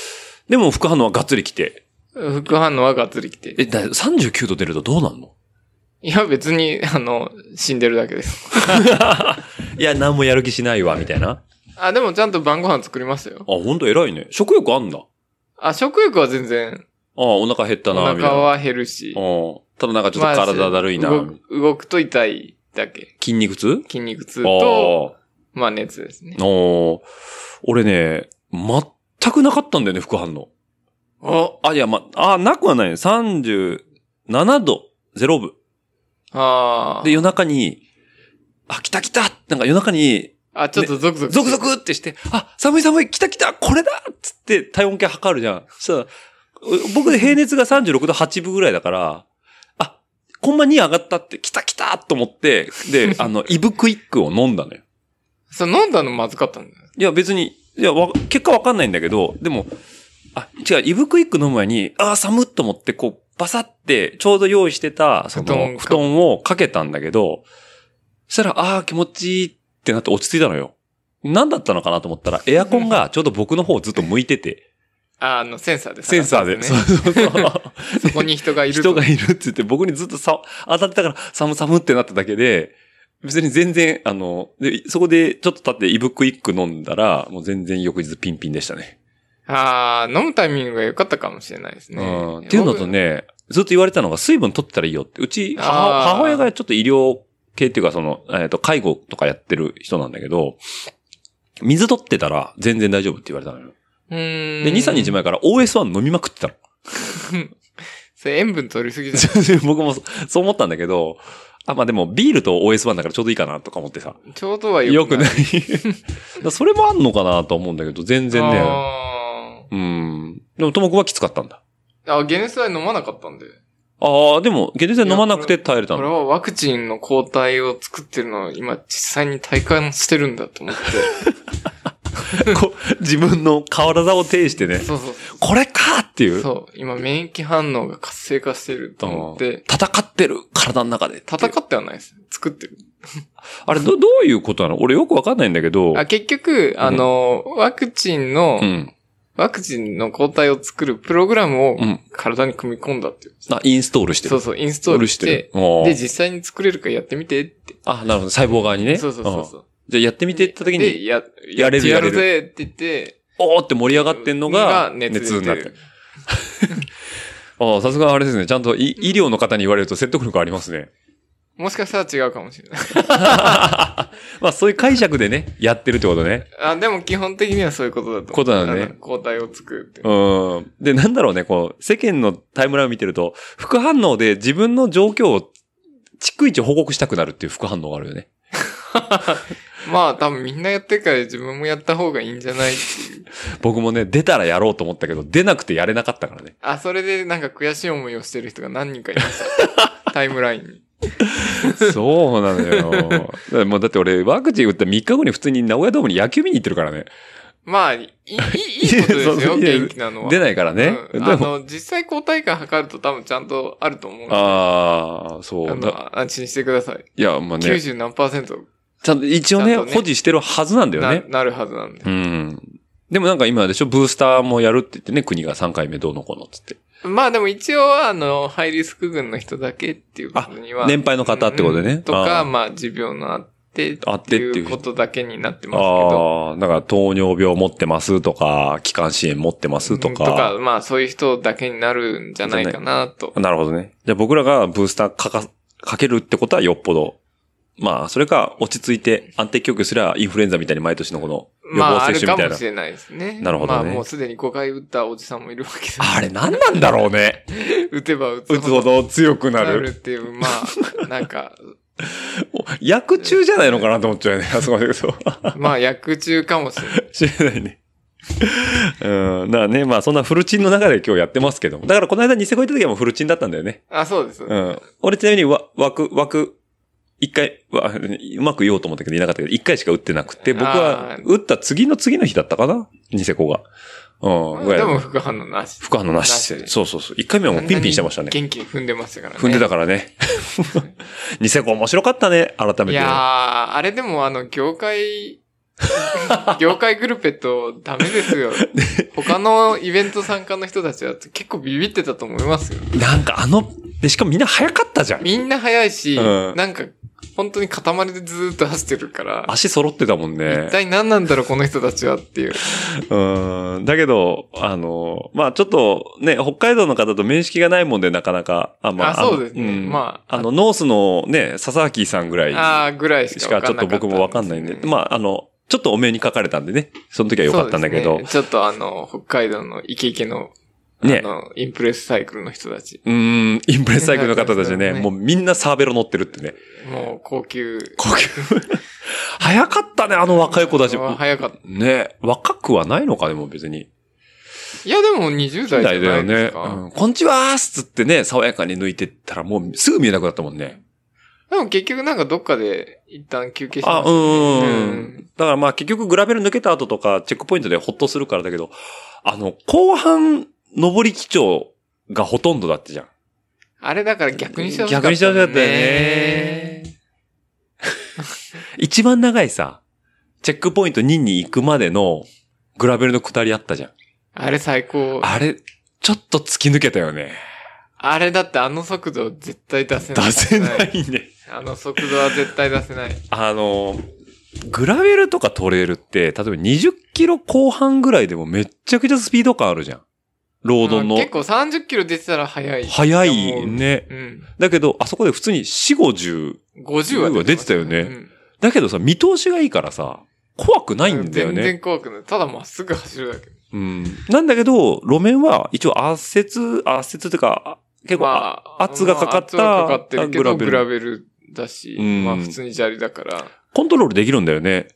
でも副反応はがっつり来て。副反応はがっつりきて。え、だ39度出るとどうなんのいや、別に、 あの、死んでるだけです。いや、何もやる気しないわ、みたいな。あ、あ、でもちゃんと晩ご飯作りましたよ。ほんと偉いね。食欲あんだ。ああ、食欲は全然、あ、お腹減ったおな、みたいな。腹は減るし。うん。ただなんかちょっと体だるいな。まあ動く動くと痛いだけ。筋肉痛筋肉痛あと、あ。まあ熱ですね。おー俺ね、全くなかったんだよね、副反応。おあ、いや、ま、あ、なくはないね。37度、0分。ああ。で、夜中に、あ、来た来たなんか夜中に、あ、ちょっとゾクゾク。ゾクゾクってして、あ、寒い寒い、来た来たこれだっつって体温計測るじゃん。そしたら、う僕平熱が36度8分ぐらいだから、あ、コンマ2上がったって、来た来たと思って、で、あの、イブクイックを飲んだのよ。それ飲んだのまずかったんだよ。いや、別に、いや、わ、結果わかんないんだけど、でも、あ、違う、イブクイック飲む前に、ああ、寒っと思って、こう、バサって、ちょうど用意してた、そ布団の、か布団をかけたんだけど、そしたら、ああ、気持ちいいってなって落ち着いたのよ。何だったのかなと思ったら、エアコン がちょうど僕の方をずっと向いてて、あ、あの、センサーです、センサーで、そそうそうそう。こに人がいる。人がいるって言って、僕にずっとさ、当たってたから、寒寒ってなっただけで、別に全然、あの、で、そこでちょっと経ってイブクイック飲んだら、もう全然翌日ピンピンでしたね。ああ、飲むタイミングが良かったかもしれないですうんね。っていうのとね、ずっと言われたのが水分取ってたらいいよって。うち母、あー母親がちょっと医療系っていうかその、えっ、と、介護とかやってる人なんだけど、水取ってたら全然大丈夫って言われたのよ。僕。うーん。で、2、3日前から OS1 飲みまくってたの。 それ塩分取りすぎじゃ僕もそそう思ったんだけど、あ、まあでもビールと OS1 だからちょうどいいかなとか思ってさ。ん。ちょうどはよ良くくなないい。。だ それもあんのかなと思うんだけど、全然ね。あうん。でも、ともくんはきつかったんだ。ーあ、解熱剤飲まなかったんで。ああ、でも、解熱剤飲まなくて耐えれたこれの。はワクチンの抗体を作ってるのを今実際に体感してるんだと 思って。こう 自分の体を呈してね、そうそうこれかっていう。そう。今免疫反応が活性化してると思って、戦ってる、体の中で。戦ってはないです。作ってる。あれ、ど、どういうことなの俺よくわかんないんだけど。あ、結局、あの、ワクチンの、うん。ワクチンの抗体を作るプログラムをうん体に組み込んだっていう。あ、インストールしてる。そうスそう、インストールして、あで、ー実際に作れるからやってみてって。あ、なるほど。細胞側にね。そうそうそうそう。うんじゃあやってみてった時で、に、や、やれるややれるるぜって言って、おーって盛り上がってんのが、熱になってる。。ああ、さすがあれですね。ちゃんとい医療の方に言われると説得力ありますね。もしかしたら違うかもしれない。まあそういう解釈でね、やってるってことね。あ、でも基本的にはそういうことだと思う。ことだねあの抗体を作るって。うん。で、なんだろうね、こう、世間のタイムラインを見てると、副反応で自分の状況を逐一報告したくなるっていう副反応があるよね。まあ多分みんなやってるから自分もやった方がいいんじゃないっていう。僕もね、出たらやろうと思ったけど、出なくてやれなかったから ね。あ、それでなんか悔しい思いをしてる人が何人かい ました。タイムラインに。そうなのよ。だから もうだって俺、ワクチン打った3日後に普通に名古屋ドームに野球見に行ってるからね。まあ、いい、いいことですそよ、ういや元気なのは。出ないからね。うんであも、の、実際抗体価測ると多分ちゃんとあると思うんでああ、そあう。だの安心してください。いや、まあね、 90何パーセントちゃんと一応ね、ちゃんとね保持してるはずなんだよなね。なるはずなんでう。ん。でもなんか今でしょ、ブースターもやるって言ってね、国が3回目どうのこうのってって。まあでも一応、あの、ハイリスク群の人だけっていうことには。あ年配の方ってことでねうんとあか、ーまあ、持病のあって、あってっていういうことだけになってますけど。ああ、だから糖尿病持ってますとか、気管支炎持ってますとか。とか、まあ、そういう人だけになるんじゃないかなと。なるほどね。じゃあ僕らがブースターかか、かけるってことはよっぽど。まあ、それか落ち着いて安定供給すればインフルエンザみたいに毎年のこの予まあ、防あ接種るかみたいもな。しれないですね。なるほどねまあ、もうすでに5回打ったおじさんもいるわけです。あれ何なんだろうね。打てば打つ打つほど強くななるっる。ていう、まあ、なんか、薬中じゃないのかなと思っちゃうよね。あそこまで言うと。まあ、薬中かもしれない。知らないね。うん。だからね、まあそんなフルチンの中で今日やってますけども。だからこの間ニセコ行った時はもうフルチンだったんだよね。あ、そうです。うん。俺ちなみにわ、枠、枠、一回、わうまく言おうと思ったけどいなかったけど、一回しか打ってなくて、僕あはー打った次の次の日だったかなニセコが。うん。ぐらいでだも副反応なし。不可能ななしし。でそうそうそう。一回目はもうピンピンしてましたね。元気に踏んでましたからね。踏んでたからね。 ニセコ面白かったね、改めて。いやー、あれでもあの、業界、業界グルーペットダメです よ。他のイベント参加の人たちは結構ビビってたと思いますよ。なんかあの、で、しかもみんな早かったじゃん。みんな早いし、うんなんか、本当に塊でずーっと走ってるから、足揃ってたもんね一。体何なんだろう、この人たちはっていう。うん。だけど、あの、まあちょっとね、北海道の方と面識がないもんでなかなか、あ、まあそうですねまあ、あの、ノースのね、佐々木さんぐらいああ、ぐらいししかかわちかょっんなかとった。僕もわかんないんで、まああの、ちょっとお目にかかれたんでね、その時は良かったんだけそうどで、すねちょっとあの、北海道のイケイケの、ねあの、インプレスサイクルの人たち。うーん、インプレスサイクルの方 たちね、ねもうみんなサーベロ乗ってるってね。もう高級。高級。 早かったね、あの若い子たち。早かった。ね若くはないのか、でも別に。いや、でも20代じゃないですか。うんこんちはーっつってね、爽やかに抜いてったらもうすぐ見えなくなったもんね。でも結局なんかどっかで一旦休憩しあ、まうしたね、ーん。だからまあ結局グラベル抜けた後とかチェックポイントでほっとするからだけど、あの、後半、上り基調がほとんどだってじゃん。あれだから逆にしてほしかった、逆ね。にしてほしかったよね。一番長いさ、チェックポイント2に行くまでのグラベルの下りあったじゃん。あれ最高。ああれ、ちょっと突き抜けたよね。 れだってあの速度絶対出せない。出せな。いね。あの速度は絶対出せない。あの、グラベルとかトレールって、例えば20キロ後半ぐらいでもめっちゃくちゃスピード感あるじゃん。ロードうのん。結構30キロ出てたら速い。速思。いうね。うん。だけど、あそこで普通に4、50。 50はました出てたよねうんだけどさ、見通しがいいからさ、怖くないんだよ全然ね。怖くない。ただまっすぐ走るだけ。うん。なんだけど、路面は一応圧雪、圧雪というか、結構、まあ、圧がかかったまあ圧がかかってるけグラど、ベルグラベルだし、うんまあ普通に砂利だから。コントロールできるんだよね。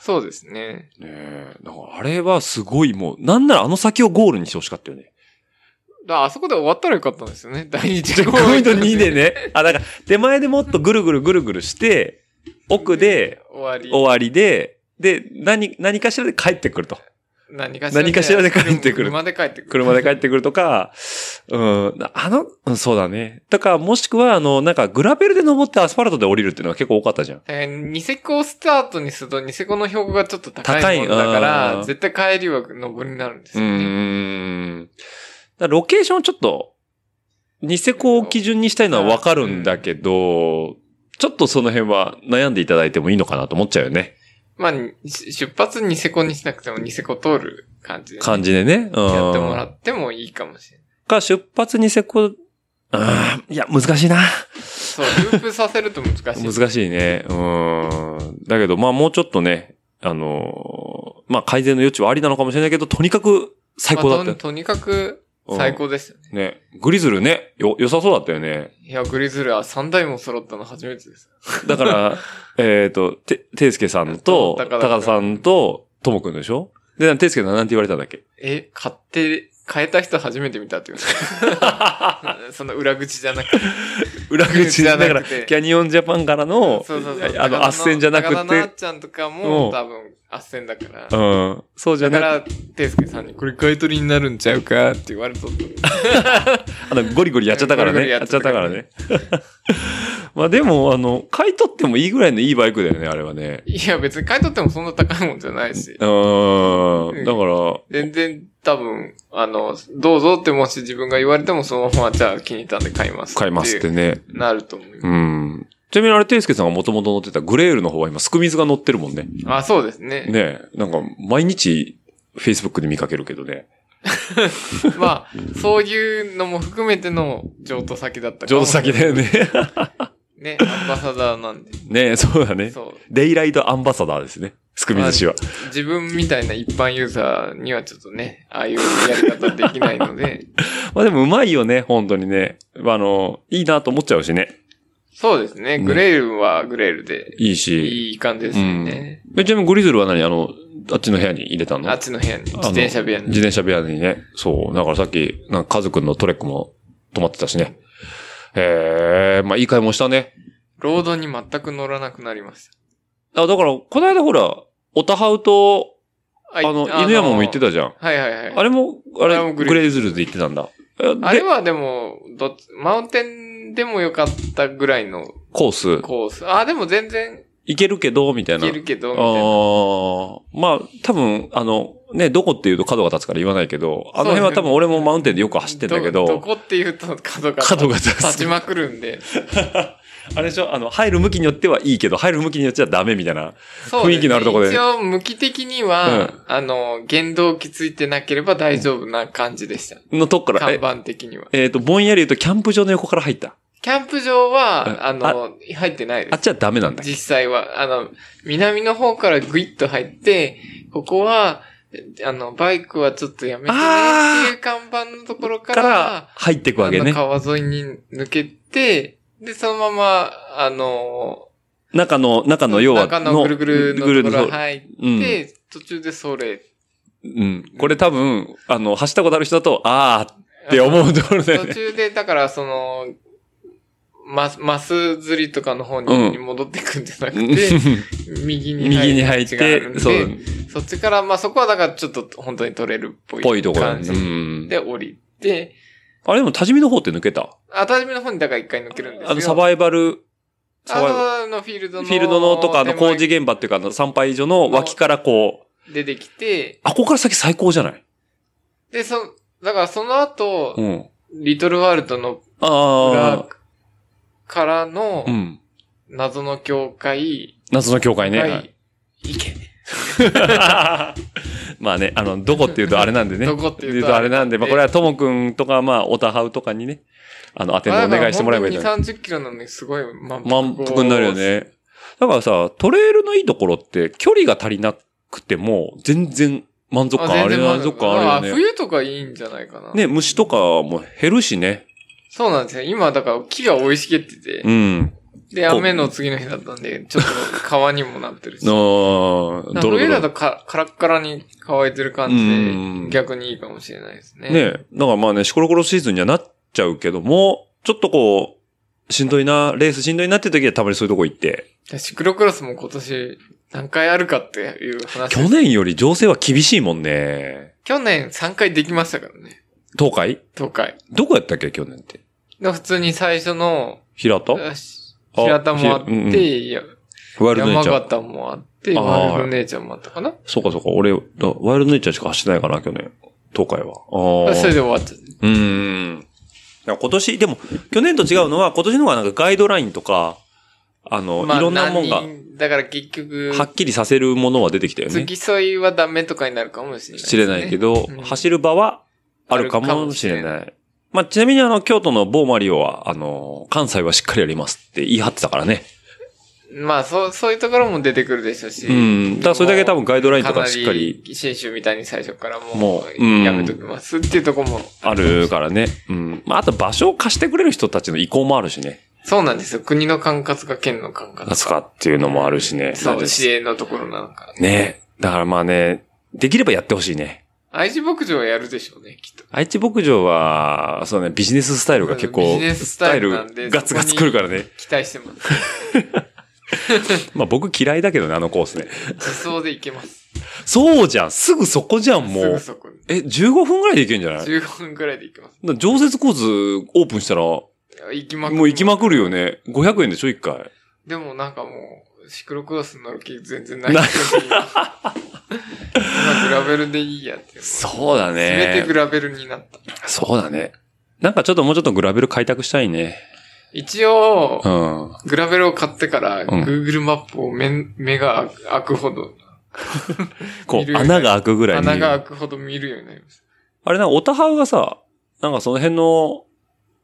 そうですね。ねえ。だからあれはすごいもう、なんならあの先をゴールにしてほしかったよね。だからあそこで終わったらよかったんです よね。第2チチェッェッククポポイインントト2 2ででね。あ、だから、手前でもっとぐるぐるぐるぐるして、奥で終わり。終わりで、で、何、何かしらで帰ってくると。何か何かしらで帰ってくる車で帰ってくる。車で帰ってくるとか、うん、あの、うんそうだね。だから、もしくは、あの、なんか、グラベルで登ってアスファルトで降りるっていうのは結構多かったじゃん。えーニセコをスタートにすると、ニセコの標高がちょっと高いもんだ高いかうんら、絶対帰りは上りになるんですうよね。ん。だからロケーションちょっと、ニセコを基準にしたいのはわかるんだけど、ちょっとその辺は悩んでいただいてもいいのかなと思っちゃうよね。まあ、に出発ニセコにしなくてもニセコ通る感じで、感じでね。うん。やってもらってもいいかもしれない。か、出発ニセコ、うーん、いや、難しいな。そう、ループさせると難し い。難しいね。うーん。だけど、まあ、もうちょっとね、あのーまあ、改善の余地はありなのかもしれないけど、とにかく最高だまあっととにかく、最高ですよね。た。ね。グリズルね、よ、良さそうだったよね。いや、グリズルは3台も揃ったの初めてです。だ から、えっと、て、ていすけさんと、そう高高田田さんと、ともくんでしょで、ていすけさんなんて言われたんだっけえ、買って、変えた人初めて見 たっていう。その裏口じゃなくて。裏口だか、だかららキャニオンジャパンからの、そうそうそう。あの、圧線じゃなく高田なてっ、ちゃんとかうもん多分圧線だから。うん。そうじゃだなくて、から、ていすけさんに、これ買い取りになるんちゃうかって言われとった。あの、ゴリゴリやっちゃったから ゴね。リゴリややっっちちゃゃっったたかかららね。 まあでも、あの、買い取ってもいいぐらいのいいバイクだよね、あれはね。いや、別に買い取ってもそんな高いもんじゃないしう。ーん。だから、全然多分、あの、どうぞってもし自分が言われてもそのままじゃあ気に入ったんで買います。買いますって。ね。なると思う。うん。ちなみにあれ、ていすけさんがもともと乗ってたグレールの方は今、すくみずが乗ってるもんね。あ、そうですねね。えなんか、毎日、Facebook で見かけるけどね。まあ、そういうのも含めての譲渡先だったか上も手しれない先だよね。 ね、アンバサダーなんで。ねえそうだね。そう。デイライトアンバサダーですね。すくみず氏は。自分みたいな一般ユーザーにはちょっとね、ああいうやり方できないので、まあでも、うまいよね、本当にね。あの、いいなと思っちゃうしね。そうですね、グレールはグレールで、いいし。いい感じですよね。えちなみにゴリズルは何あの、あっちの部屋に入れたのあっちの部屋に、自転車部屋あのに自。転車部屋にね。そう。だからさっき、なんかカズくんのトレックも止まってたしね。ええまあいい買いもしたね。ロードに全く乗らなくなりましあ、だから、この間ほら、オタハウと、た。あの、犬山も行ってた。たじゃん。はいはいはい。あれも、ああれれ、もググレレーズルで行ってたんだ。えあでれはでも、どっち、マウンテンでもよかったぐらいのコース、コース。あ、でも全然行けるけど、みたいいな。けるけど、みたいな。ああ、まあ、多分、あの、ね、どこっていうと角が立つから言わないけど、あの辺は多分俺もマウンテンでよく走ってんだけどど、こっていうと角が角が立つ立ちまくるんで。 あれでしょあの、入る向きによってはいいけど、入る向きによっちゃダメみたいな。そうですね雰囲気のあるとこで一応、向き的には、あの、原動機ついてなければ大丈夫な感じでした。のとこから、看え、板的には。えっと、ぼんやり言うとキャンプ場の横から入った。キャンプ場うんは、あの、入ってないあでっす。ちはダメなんだ。実際は、あの、南の方からグイッと入って、ここは、あの、バイクはちょっとやめてねっていう看板のところか、からら入ってくわけあのね。川沿いに抜けて、で、そのまま、あの、中の、中の要は、中のぐるぐるのところ入っうん。て、途中でそれ。うん。これ多分、あの、走ったことある人だと、あーって思うところだよ途ね。中で、だから、その、マス、マス釣りとかの方うんに戻ってくんじゃな くうんて、右に右に入っ道があるんて、でそう、そっちから、まあそこはだからちょっと本当に取れるっぽい。ぽいところだ感ね。じうん。で降りて、あれでも、多治見の方って抜けた熱海の方にだから一回抜けるんですよ。あの、サバイバル、サバイバあのフィールドル、の。フィールドのとか、あの、手前工事現場っていうか、あの、参拝所の脇からこう、出てきて、あ、ここから先最高じゃないで、そ、だからその後、うん。リトルワールドの裏あからのあ、うん。謎の教会謎の教会ね。が、はい行け。 まあね、あの、どこっていうとあれなんでね。どこっていうとあれなんで、まあこれはともくんとか、まあ、オタハウとかにね、あの、当てのお願いしてもらえばいいだんからだ本当に2、30キロなのにすごい満腹を満腹になるよ。ね。だからさ、トレイルのいいところって、距離が足りなくても、全然満足感ああ、る全然満足感あるよね。冬とかいいんじゃないかな。ね、虫とかも減るしね。そうなんですよ。今、だから木が生い茂ってて、うん。で、こう雨の次の日だったんで、ちょっと川にもなってる し。あーなんかドロド冬だロ。とかカラッカラに乾いてる感じうんで、逆にいいかもしれないですね。ね、だからまあね、シコロコロシーズンにはなっちゃうけども、ちょっとこう、しんどいな、レースしんどいなって時はたまにそういうとこ行って、でシクロクロスも今年何回あるかっていう話。去年より情勢は厳しいもんね。去年3回できましたからね。東海東海。どこやったっけ去年って。で普通に最初の、平田あし平田もあっあひうんうんて、いやワイルドネイ山チャー。形もあって、あーワイルド姉ちゃんもあったかなそうかそうか、俺、だワイルドネイチャーしか走ってないかな、去年。東海は。ああ。それで終わっちゃった。うーん。だから今年、でも、去年と違うのは、今年の方がなんかガイドラインとか、あの、まあいろんなもんが、何人だから結局、はっきりさせるものは出てきたよね付。き添いはダメとかになるかもしれない、知れないけ。ど、うん走る場はあるかあるかももししれれな。ないまあ、ちなみにあの、京都の某マリオは、あの、関西はしっかりやりますって言い張ってたからね。まあ、そう、そういうところも出てくるでしょうし。うん。だからそれだけ多分ガイドラインとかかなしっかり。り、新州みたいに最初からももううんう、やめときますっていうところも。あるからね。うん。まあ、あと場所を貸してくれる人たちの意向もあるしね。そうなんですよ。国の管轄か県の管轄か。あそこっていうのもあるしね。そう、す市営のところなのか。ねだからまあね、できればやってほしいね。愛知牧場はやるでしょうね、きっと。愛知牧場は、そうね、ビジネススタイルが結構、ビジネススタイルなんでガツガツ来るからね。期待してます。まあ僕嫌いだけどね、あのコースね。自走で行けます。そうじゃんすぐそこじゃん、もすぐう。そこに。え、15分ぐらいで行けんじゃないだか15分くらいで行けます。ら常設コースオープンしたら、も行きまくう行きまくるよね。ね。500円でしょ、1回。でもなんかもう、シクロクロス乗る気全然ない。な今 グラベルでいいやって。そうだすべてグね。ラベルになった。そうだね。なんかちょっともうちょっとグラベル開拓したいね。一応う、ん。グラベルを買ってから、ん Google マップを目目が開くほど、こ見う、る穴が開くぐらいに。穴が開くほど見るようになりました。あれなんか、オタハウがさ、なんかその辺の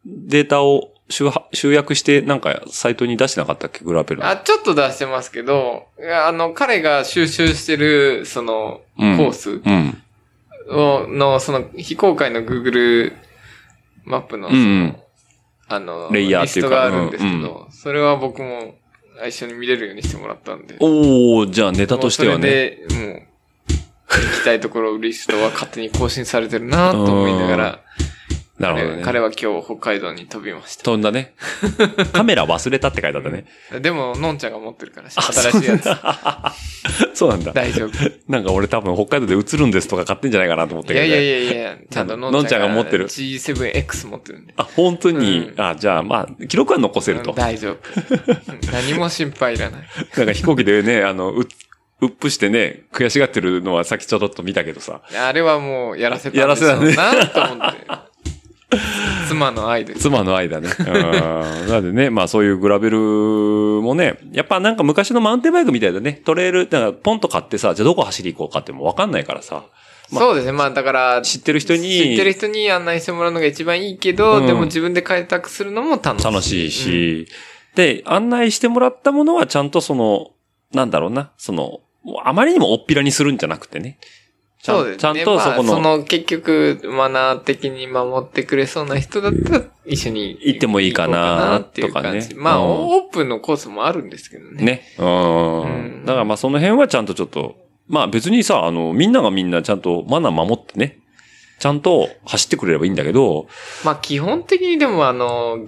データを集は集約して、なんかサイトに出してなかったっけグラベルの。あ、ちょっと出してますけど、いやあの、彼が収集してる、その、コうんースうん。を、の、その、非公開の Google マップの、うんうんあの、レイヤーっていうかリストがあるんですけど、うそれは僕も一緒に見れるようにしてもらったんで。おー、じゃあネタとしてはね。もうそれで、もう、行きたいところリストは勝手に更新されてるなと思いながら、なるほど彼ね。彼は今日北海道に飛びまし飛んだ ね。カメラ忘れたって書いてあったね。た。でも、のんちゃんが持ってるから、新しいやつ。そうなんだ。大 丈夫。なんか俺多分北海道で映るんですとか買ってんじゃないかなと思っていやいやいやいや、ちゃんとのんちゃんがのんちゃんが持ってる G7X 持ってるんで。あ、本当に、うんあ、じゃあまあ、記録は残せると。なん大丈夫。 うん何も心配いらない。か飛行機でね、あの、う、うっぷしてね、悔しがってるのはさっきちょろっと見たけどさ、あれはもうやらせたんでしょやらせたねうなと思って。妻の愛です。妻の愛 だね。うん。なんでね、まあそういうグラベルもね、やっぱなんか昔のマウンテンバイクみたいだね、トレイル、なんかポンと買ってさ、じゃあどこ走り行こうかってもうわかんないからさ、まあそうですね。まあだから、知ってる人に、知ってる人に案内してもらうのが一番いいけど、うんでも自分で開拓するのも楽しい。楽しいし、で、案内してもらったものはちゃんとその、なんだろうな、その、あまりにもおっぴらにするんじゃなくてね。ちゃんそうですね。ちゃんとそこまあその、の結局、マナー的に守ってくれそうな人だったら、一緒に行ってもいいかな行こうかなっていう感とじ。かねまあ、うんオープンのコースもあるんですけどね。ね。う。うんんだからまあその辺はちゃんとちょっと、まあ別にさ、あの、みんながみんなちゃんとマナー守ってね、ちゃんと走ってくれればいいんだけど、まあ、基本的にでも、あの、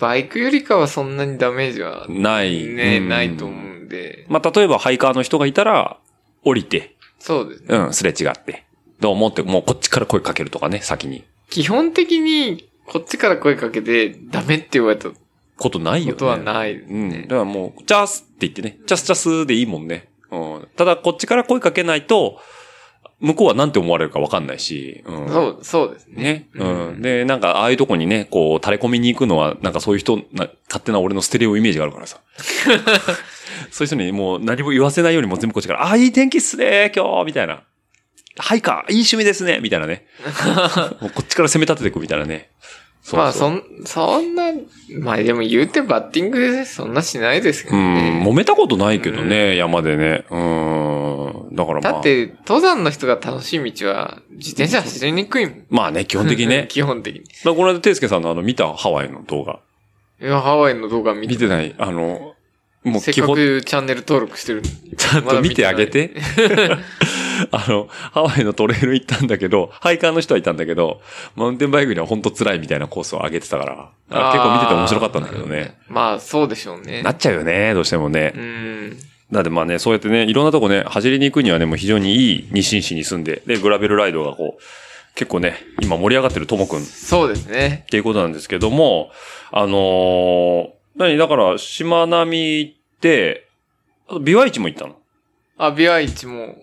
バイクよりかはそんなにダメージは、ない。ね、うんないと思うんで。まあ例えばハイカーの人がいたら、降りて、そうですね。うん、すれ違って。どう思って、もうこっちから声かけるとかね、先に。基本的に、こっちから声かけて、ダメって言われたこことないよね。とはないですうん。ねだ。からもう、ジャスって言ってね、ジャスジャスでいいもんね。うん。ただ、こっちから声かけないと、向こうはなんて思われるかわかんないし。うん。そう、そうですね。ね。うん。うんで、なんか、ああいうとこにね、こう、垂れ込みに行くのは、なんかそういう人な、勝手な俺のステレオイメージがあるから さ。そういう人にもう何も言わせないようにもう全部こっちから、ああ、いい天気っすね、今日みたいな。はいか、いい趣味ですねみたいな ね。もうこっちから攻め立てていくみたいなね。そうそうまあ、そん、そんな、まあでも言うてバッティングでそんなしないですけどうん、ね。揉めたことないけどね、山でね。うん。だからまあ。だって、登山の人が楽しい道は、自転車走りにくいもん。基まあね、基本的にね。 基本的に。まあこの間、ていすけさんのあの、見たハワイの動画。いや、ハワイの動画見見て、てない。あの、もうせっ基か本、ちくチャンネル登録してるのに。ゃんまとだ見てあげない。て。 あの、ハワイのトレイル行ったんだけど、ハイカーの人はいたんだけど、マウンテンバイクには本当辛いみたいなコースを上げてたから、ああー結構見てて面白かったんだけどね。まあ、そうでしょうねな。っちゃうよね、どうしてもねう。ん。なんでまあね、そうやってね、いろんなとこね、走りに行くにはね、もう非常にいい日清市に住んで、で、グラベルライドがこう、結構ね、今盛り上がってるともくんっそうですね。ていうことなんですけども、あのー、何、だから、しまなみ行って、あと、ビワイチも行ったのあ、ビアイチも。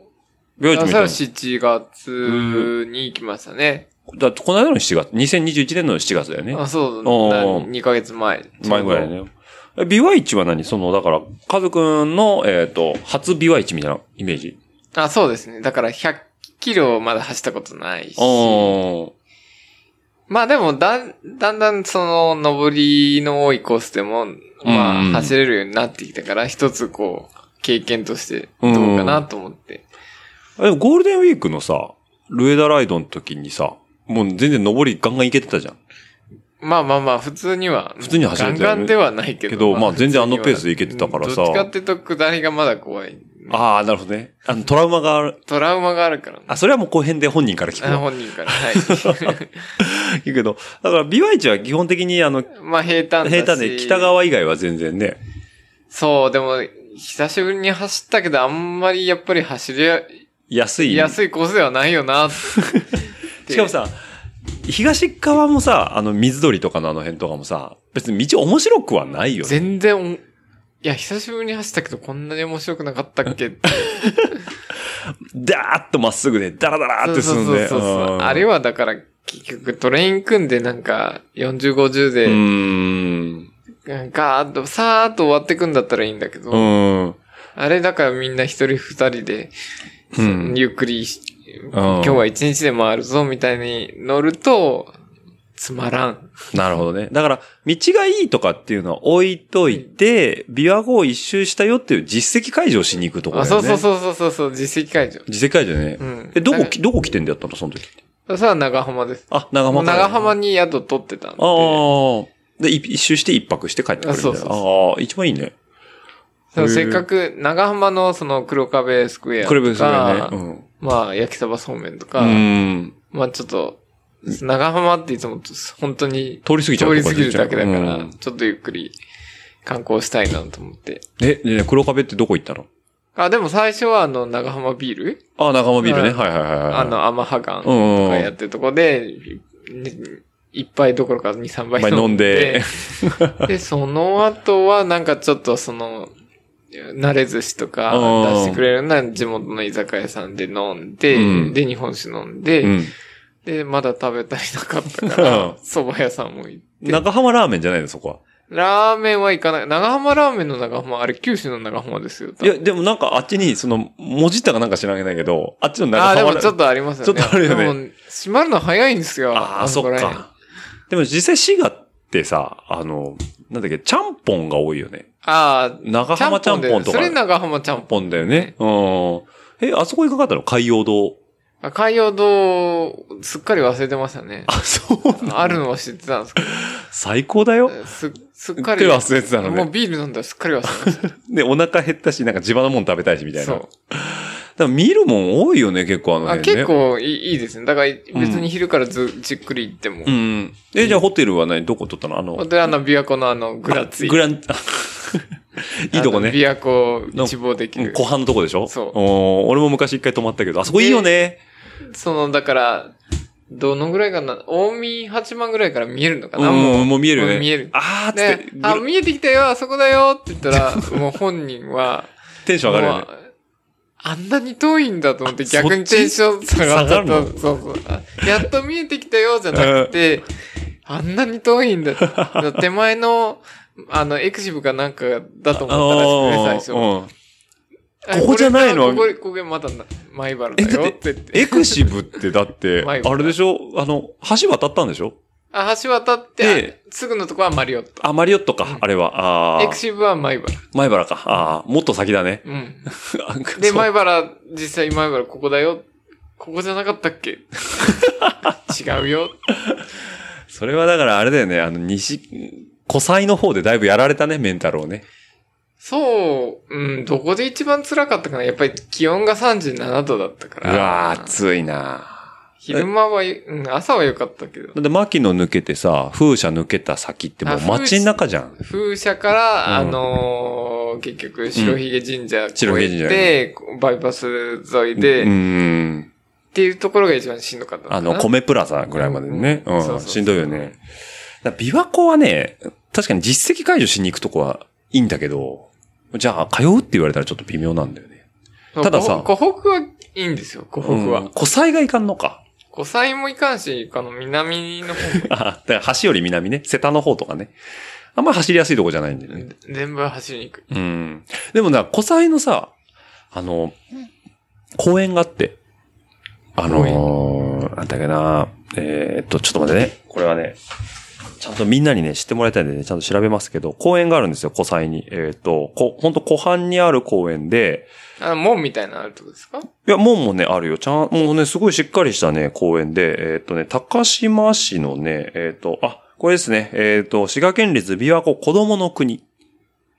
ビワイチも行朝った7月に行きましたね。のだってこの間の7月、2021年の7月だよね。あ、そうおだ、ー2ヶ月前。前ぐらいね。えビワイチは何その、だから、カズくんの、えっ、と、初ビワイチみたいなイメージ。あ、そうですね。だから100キロまだ走ったことないし。おまあでもだん、だんだんその、上りの多いコースでも、まうんあ、走れるようになってきたから、一つこう、経験としてどうかなと思って。ー。でもゴールデンウィークのさ、ルエダライドの時にさ、もう全然登りガンガン行けてたじゃん。まあまあまあ、普通には。普通には走れてたよねガンガンではないけど。けどまあ全然あのペースで行けてたからさどっちかっていうと、下りがまだ怖い。ああ、なるほどね。あの、トラウマがある。トラウマがあるからね。あ、 それはもう後編で本人から聞くあわ。本人か ら。はい。 聞くけど、だからビワイチは基本的にあの、まあ平坦だし。平坦で北。側以外は全然ね。そう、でも、久しぶりに走ったけど、あんまりやっぱり走りや安い。安いコースではないよなっ て。しかもさ、東側もさ、あの、水鳥とかのあの辺とかもさ、別に道面白くはないよね。全然お、いや、久しぶりに走ったけど、こんなに面白くなかったっ けって。ダーッとまっすぐで、ダラダラーって進んそうそうで。そうそう。んあれはだから、結局トレイン組んでなんか、40、50うで、ーん。ガーッと、さーっと終わってくんだったらいいんだけど、うん。あれだからみんな一人二人で、うんゆっくり、今今日は一日で回るぞみたいに乗ると、つまらん。なるほどね。だから、道がいいとかっていうのは置いといて、琵琶湖を一周したよっていう実績解除しに行くところあ、だよそうね。そうう。そうそうそうそう、実績解除。実績解除ね。うんえ、どこだか、らどこ起点でやったのその時。そしたら長浜です。あ、長浜から長浜に宿取ってたんで。ああ。で、い一周して一泊して帰ってくるみたいな。あそうそうああ、一番いいね。でもせっかく長浜のその黒壁スクエアことか、れ別だよね。まあ焼きそばそうめんとか、うん。うん。まあちょっと、長浜っていつも本当に通り過ぎちゃう通り過ぎるだけだかうらん、ちょっとゆっくり観光したいなと思って。え、ね黒壁ってどこ行ったのあ、でも最初はあの長浜ビールあ、仲間ビールね。はいはいはいはい。あ、の、アマハガンうとんうんかうやっん。てるとこで、ね一杯どころか二、三杯まあ飲んで。 で、その後はなんかちょっとその、慣れ寿司とかうん出してくれるなら地元の居酒屋さんで飲んで、うんで、日本酒飲んで、うん。で、まだ食べたりなかっ たから、蕎麦屋さんも行って。長浜ラーメンじゃないの、そこは。ラーメンは行かない。長浜ラーメンの長浜、あれ九州の長浜ですよ。多い分や、でもなんかあっちに、その、文字ったかなんか知らないけど、あっちの長あー、で浜もちょっとありますよちね。ょっとあるよねでも閉まるの早いんですよ。ああ、のそ子っらへん。か。でも実際滋賀ってさ、あの、なんだっけ、ちゃんぽんが多いよね。あ長あ、ちゃん浜ぽんちゃんでぽんとそか。れ長浜ちゃんぽん。ぽんだよね。うん。え、あそこ行かなかったの海洋堂。あ海洋堂、すっかり忘れてましたね。あ、そうなあるのは知ってたんですけ最高だよ。ど、す、すっっかり。て忘れてたのもうね。ビール飲んだらすっかり忘れてましで、お腹減ったし、なんか地場のもん食べたいし、みたた。いそな。う。でも見るもん多いよね、結構あのあ辺ね。結。構いいいいですね。だから別に昼からずじっくり行っても。うん。え、じゃあホテルは何どこ取ったのあの、で、あの、琵琶湖のあの、グラツィ。グラン、いいとこあのね。琵琶湖を一望できうんる。湖畔のとこでしょそうおー俺も昔一回泊まったけど、あそこいいよね。その、だから、どのぐらいかな、大見八幡ぐらいから見えるのかうな、もう。ん、もう見えるよもね。う見えるあーっつってね、、ぐあ、ら見えてきたよ、あそこだよって言ったら、もう本人は、テンション上がるよねも。うあんなに遠いんだと思ってあそっち逆にテンション下がっちゃ下っがた。るそうそう。あやっと見えてきたよじゃなくて、あんなに遠いんだ。手前の、あの、エクシブかなんかだと思ったらしくて、あ最初。ーうんあここじゃないのこれここここまだな、前原だよって言って。エクシブってだって、迷子あれでしょあの、橋渡ったんでしょあ、橋渡ってで、すぐのとこはマリオット。あ、マリオットか、あれは。あエークシブは前原。前原か。ああ、もっと先だね。 うん。で、で、前前原、実際前原ここだよ。ここじゃなかったっけ 違うよ。それはだからあれだよね、あの、西、古才の方でだいぶやられたね、メンタルをね。そう、うん、どこで一番辛かったかなやっぱり気温が37度だったかうら。わー、暑いな昼間は、うん、朝は良かったけど。だって、牧野抜けてさ、風車抜けた先ってもうあ風車街の中じゃん。風車から、うんあのー結局、白ひげ神社越白ひげ神社えて、バイパス沿いで、うっん。ていうところが一番しんどかったのあかなの、米プラザぐらいまでね。うんう。そうんそうしんどいよね。だから琵琶湖はね、確かに実績解除しに行くとこはいいんだけど、じゃあ、通うって言われたらちょっと微妙なんだよね。そうたださ湖湖北はいいんですよ、湖北うんは。湖西がいかんのか。 湖西もいかんし、この南の方もあ、だから橋より南ね。瀬田の方とかね。あんま走りやすいとこじゃないんだよね。全部走りに行く。うん。でもな、湖西のさ、あの、公園があって、あのー、なんだっけな、えーっと、ちょっと待ってね。これはね、ちゃんとみんなにね、知ってもらいたいんでね、ちゃんと調べますけど、公園があるんですよ、湖西に。えーっと、こ、ほんと湖畔にある公園で、あの、門みたいなのあるとこですかいや、門もね、あるよ。ちゃん、もうね、すごいしっかりしたね、公園で、えーっとね、高島市のね、えーっと、あ、これですね、えーっと、滋賀県立琵琶湖子供の国。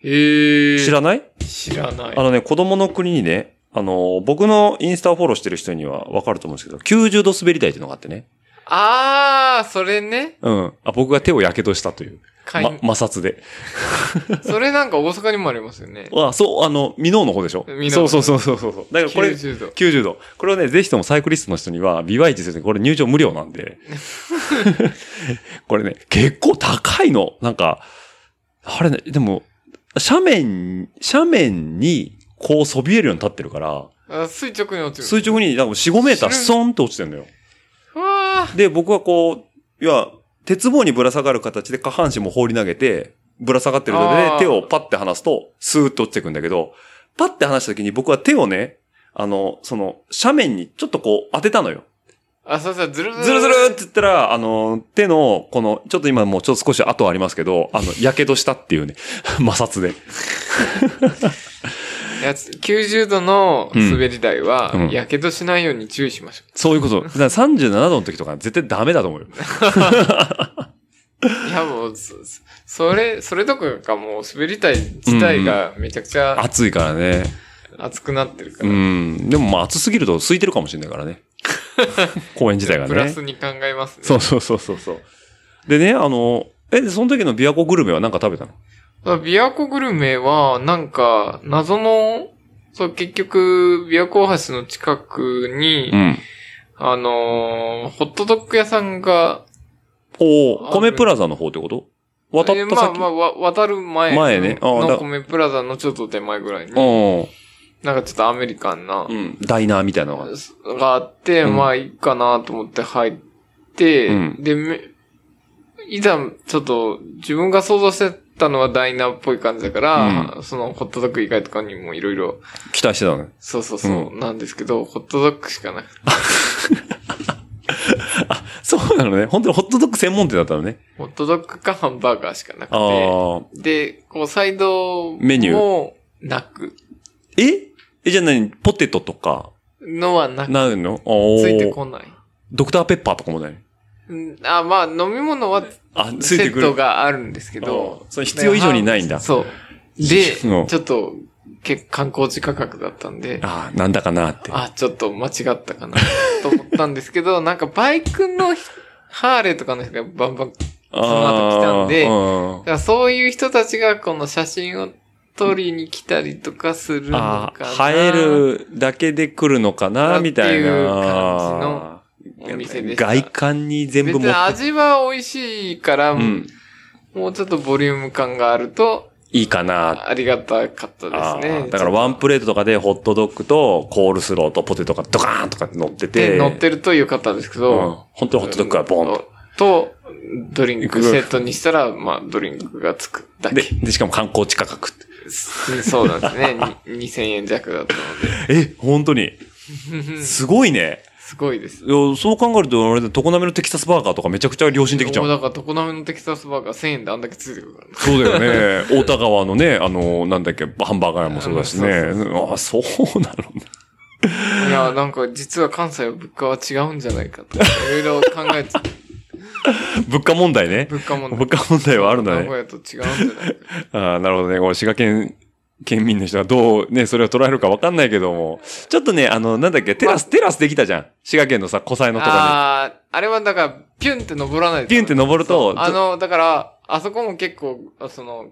へえ。知らない知らないあ。のね、子供の国にね、あの、僕のインスタをフォローしてる人にはわかると思うんですけど、90度滑り台っていうのがあってね。あー、それね。うん。あ、僕が手を火傷したという。かいま、摩擦で。それなんか大阪にもありますよね。あ、そう、あの、ミノーの方でしょ箕面 そうそうそうそうそう。だからこれ、 90度。 90度。これをね、ぜひともサイクリストの人には、ビワイチですね、これ入場無料なん で。これね、結構高いの。なんか、あれね、でも、斜面、斜面に、こうそびえるように立ってるから、あ垂直に落ちる。垂直に、なんか4、5メータースーンと落ちてるのよ。うわーで、僕はこう、要は、鉄棒にぶら下がる形で下半身も放り投げて、ぶら下がってるのあで、ー手をパッて離すと、スーッと落ちてくんだけど、パッて離した時に僕は手をね、あの、その、斜面にちょっとこう当てたのよ。あ、そうそう、ずるズルズルって言ったら、あの、手の、この、ちょっと今もうちょっと少し後ありますけど、あの、火傷したっていうね、 摩擦で。やつ、90度の滑り台はうんうん、やけどしないように注意しましょそういうこと。だから37度の時とか絶対ダメだと思うよ。いやもう、そそれ、それとかがもう滑り台自体がめちゃくちゃ暑いからね。熱くなってるかうら。ん。でもまあ暑すぎると空いてるかもしれないから ね。公園自体がね。プラスに考えますね。そうそうそうそうそう。でね、あの、え、その時の琵琶湖グルメは何か食べたの琵琶湖グルメは、なんか、謎の、そう、結局、琵琶湖大橋の近くに、ん。あのーホットドッグ屋さんが、おお、米プラザの方ってこと渡えっーたまあ先。まあ、わ渡る前前ねあーだの米プラザのちょっと手前ぐらいに、なんかちょっとアメリカンなう、ん。ダイナーみたいなのが。があって、うんまあいいかなと思って入って、うんで、めいざ、ちょっと、自分が想像してたのはダイナーっぽい感じだから、そのホットドッグ以外とかにもいろいろ、期待してたのね。そうそうそう、うなんですけど、ホットドッグしかなくて、そうなのね。本当にホットドッグ専門店だったのね。ホットドッグかハンバーガーしかなくあて、あ。で、こう、サイドメニューもなく、ええ、じゃあ何ポテトとか、のはなく、なるのおつーいてこない。ドクターペッパーとかもないうんあ、まあ、飲み物はあ、つセいてッくる。トがあるんですけあどー、それ必要以上にないんだそう。で、うんちょっと、結構観光地価格だったんで、ああ、なんだかなって。あ、ちょっと間違ったかな と思ったんですけど、なんかバイクのひハーレーとかの人がバンバン、だかあ後来たんでーらそういう人たちがこの写真を撮りに来たりとかするのあかあ、な。生えるだけで来るのかな、みたいな。お店でした。外観に全別部持にって、味は美味しいから、うん、もうちょっとボリューム感があると、いいかなって。ありがたかったですあね。ーだからワンプレートとかでホットドッグとコールスローとポテトがドカーンとか乗ってて。で、乗ってると良かったですうけんど、本当にホットドッグはボンと。と、ドリンクセットにしたら、まあ、ドリンクがつくだでけ。、で、しかも観光地価格って。そうなんですね。 に2000円弱だったえ、本当 に。ので。すごいね。すごいです。いやそう考えると、あれだ、常滑のテキサスバーガーとかめちゃくちゃ良心的じゃ。もうんだから、常滑のテキサスバーガー1000円であんだけついてくるからね。そうだよね。大田川のね、あの、なんだっけ、ハンバーガー屋もそうだしね。うんあ、そうなのね。いや、なんか、実は関西は物価は違うんじゃないかとか、いろいろ考え て、物価問題ね。物価問題物価問題はあるんだ名ね古。屋と違うんじゃないか。ああ、なるほどね。こう滋賀県、県民の人がどうね、それを捉えるか分かんないけども。ちょっとね、あの、なんだっけ、テラス、テラスできたじゃん。滋賀県のさ、湖西のとかああ、あれはだから、ピュンって登らないとに。ピュンって登ると、ああの、だから、あそこも結構、あその、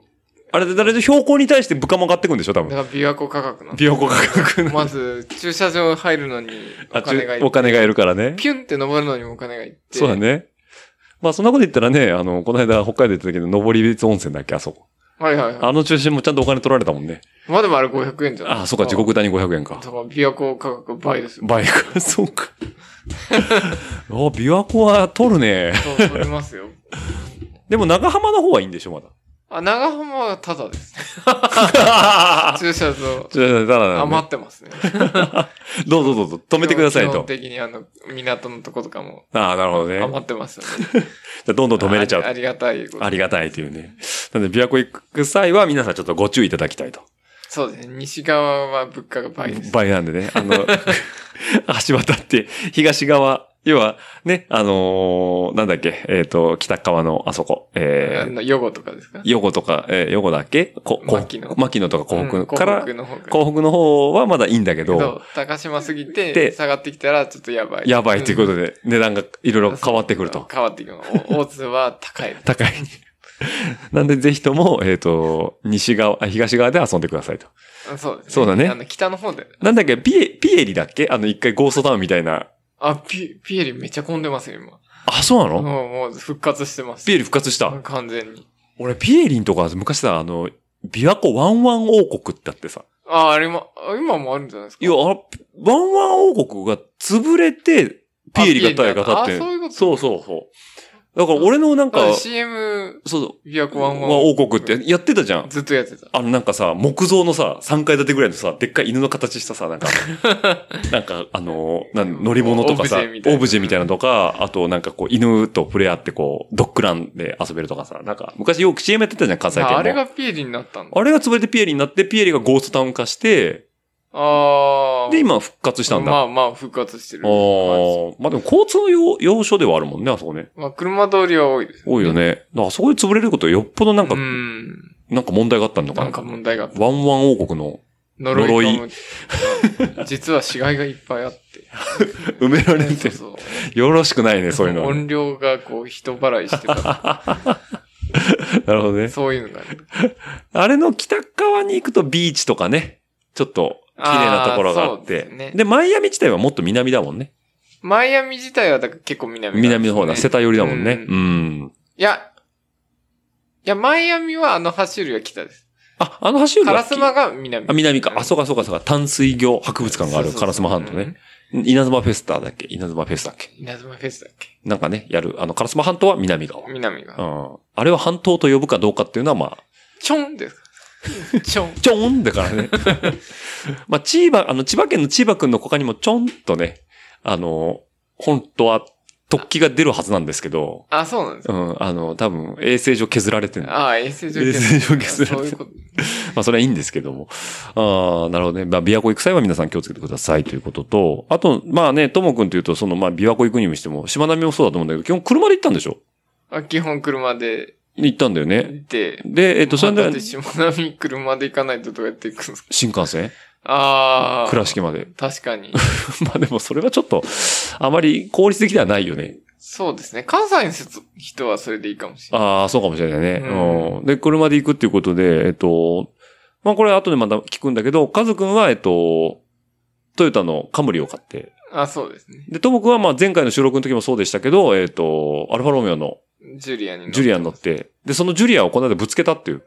れで誰で標高に対して部下も上がってくんでしょ、多だ分。から琵琶湖価格なの。琵琶湖価格の。まず、駐車場入るのにおあち金がいゅる。お金がいるからね。ピュンって登るのにもお金がいって。そうだ。ね。まあ、そんなこと言ったらね、あの、この間北海道行った時の登別温泉だっけ、あそこ。はいはいはあの中心もちゃんとお金取られたもんね。い。まあでもあれ500円じゃないああ、そうか、地。獄谷500円かだ。から、琵琶湖価格 倍ですよ。バイク、そう か。あ、琵琶湖は取るね。そう、取りますよ。でも長浜の方はいいんでしょ、まだ。あ、長浜はタダで すね。駐車場、ちょただだ、余ね、ってますね。どうぞどうぞ、止止めてください基本と。的にあの、港のとことかもああ、なるほどね。余ってますよね。じゃあどんどん止めれちゃうああと。りがたいことありがたいというね。なので、琵琶湖行く際は皆さんちょっとご注意いただきたいと。そうですね。西側は物価が倍です。倍なんでね。あの、 橋渡って、東側、要は、ね、あのーなんだっけ、えっ、と、北側のあそこ、あえー、の、予後とかですか横とか、えー、横だっけこ、こ、牧野牧野とかう湖ん北から、湖北の方から湖北の方はまだいいんだけけど、ど、高島過ぎて、で下がってきたらちょっとやばい。やばいということで、値段がいろいろ変わってくると。変わってくる。お大津は高い。高い。 なんで、ぜひとも、えっ、と、西側、あ東側で遊んでくださいと。そうです、ね。そうだねあの、北の方で。なんだっけ、ピエ、ピエリだっけあの、一回ゴーストタウンみたいな。あ、ピ、ピエリめっちゃ混んでますよ、今。あ、そうなの、もう、もう復活してます。ピエリ復活した。完全に。俺、ピエリンとか昔さ、あの、琵琶湖ワンワン王国ってあってさ。あ、あれも、あ今もあるんじゃないですか。いや、あワンワン王国が潰れて、ピエリが大が立ってあピエリがあそういうことそうそうそうだから俺のなんだからか、 CM、そうそう。琵琶湖湾ワン王国ってやってたじゃん。ずっとやってた。あのなんかさ、木造のさ、3階建てぐらいのさ、でっかい犬の形したさ、 なんか、なんか、あのーなん乗り物とかさオブジェみたい、なオブジェみたいなのとか、あとなんかこう、犬と触れ合ってこう、ドッグランで遊べるとかさ、なんか、昔よく CM やってたじゃん、関西圏あも。あれがピエリになったんだ。あれが潰れてピエリになって、ピエリがゴーストタウン化して、ああ。で、今復活したんだ。まああまあ、復活してる。あー。まあでも交通の要要所ではあるもんね、あそこね。まあ、車通りは多いです。多いよね。だからあそこで潰れることはよっぽどなんか、うん。なんか問題があったのかなんな。か問題があった。ワンワン王国 の呪いかも。 実は死骸がいっぱ いあって。埋められそてうそう。よろしくないね、そういうのはね。音量がこう、人払いしてた。なるほど ね。そういうのがある。あれの北側に行くとビーチとかね、ちょっと綺麗なところがあっあーて。そでうですねマイアミ自体はもっと南だもんね。マイアミ自体はだから結構南なんですね南の方だ、世帯寄りだもんね。ううんん。いや、いや、マイアミはあの橋よりは北です。あ、あの橋よりカはラスマが南。あ、南か。うんあ、そうかそうかそうか。淡水魚博物館があそるうそうそうカラスマ半島ね。稲妻フェスタだっけ稲妻フェスタっけ稲妻フェスだっけなんかね、やる。あの、カラスマ半島は南側。う南が。ん。あれは半島と呼ぶかどうかっていうのは、まチョンですかチョンあ、。ちょんだからね。 まあ、千葉、あの、千葉県の千葉くんの他にもちょんとね、あの、本当は突起が出るはずなんですけど、あ、そうなんですか。うん、あの、多分衛生上削られてる。ああ、衛生上衛生上削られてそういうこと。まあ、それはいいんですけども。ああ、なるほどね。まあ、琵琶湖行く際は皆さん気をつけてくださいということと、あと、まあね、ともくんというと、その、まあ、琵琶湖行くにもしても、島並みもそうだと思うんだけど、基本車で行ったんでしょあ基本車で行ったんだよね。行って、で、えっと、そまあだれっでて、下並み車で行かないとどうやって行くんですか新幹線ああ。倉敷まで。 確かに。まあ、でも、それはちょっと、あまり効率的ではないよね。そうですね。関西の人人はそれでいいかもしれない。ああ、そうかもしれないね。ううんん。で、車で行くっていうことで、えっと、まあ、これ後でまた聞くんだけど、カズくんは、えっと、トヨタのカムリを買って、あそうですね。で、ともくんはまあ前回の収録の時もそうでしたけど、えっ、と、アルファロメオのジュリアに乗ってジュリアに乗って、で、そのジュリアをこの間ぶつけたっていう。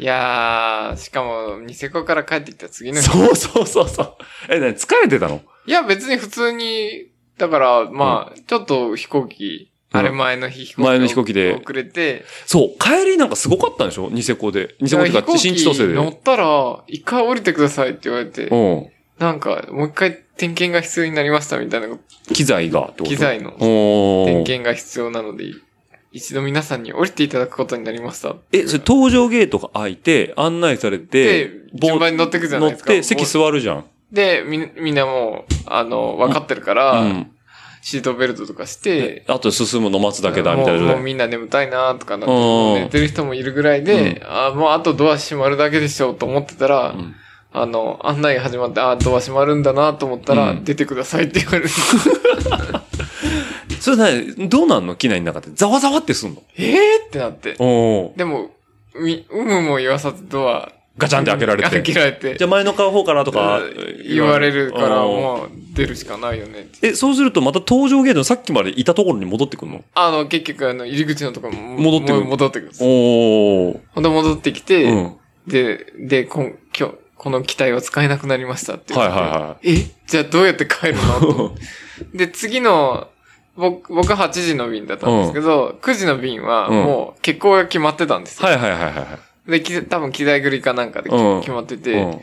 いやー、しかも、ニセコから帰ってきた次の日。そうそうそうそう。え、ね、疲れてたのいや、別に普通に、だから、まあ、ちょっと飛行機、うんあれ前の日飛行機。前の飛行機で遅れて。そう、帰りなんかすごかったんでしょニセコで。ニセコっていうか、新千歳で。乗ったら、一回降りてくださいって言われてう、ん。なんか、もう一回点検が必要になりましたみたいなこと、機材がってこと。機材のおー。点検が必要なので、一度皆さんに降りていただくことになりました。え、それ、搭乗ゲートが開いて、案内されてで、順番に乗ってくじゃないですか乗って、席座るじゃん。で、み、みんなもう、あの、分かってるから、うん。シートベルトとかして、あと進むの待つだけだ、みたいな状もうもう態。みんな眠たいなとかなっうんて、寝てる人もいるぐらいで、あもうあとドア閉まるだけでしょうと思ってたら、んあの、案内が始まって、あドア閉まるんだなと思ったら、うん出てくださいって言われ る。それ何どうなんの機内の中で。ざわざわってすんのえーってなって。おー。でも、み、有無も言わさずドア、ガチャンって開けられて。開けられてじゃ、あ前の顔方からとか言われるから、うんもう出るしかないよねって。え、そうするとまた搭乗ゲートのさっきまでいたところに戻ってくるのあの、結局、あの、入り口のところも戻ってくるもう戻ってくるんです。おー。ほんで戻ってきて、うん。で、で、こん今日、この機体は使えなくなりましたって言って。。はいはいはいえじゃあどうやって帰るの と思ってで、次の、僕、僕8時の便だったんですけど、9時の便はうんもう欠航が決まってたんですよ。はいはいはいはいはい。で、き多分機材繰りかなんかできうん決まってて、うん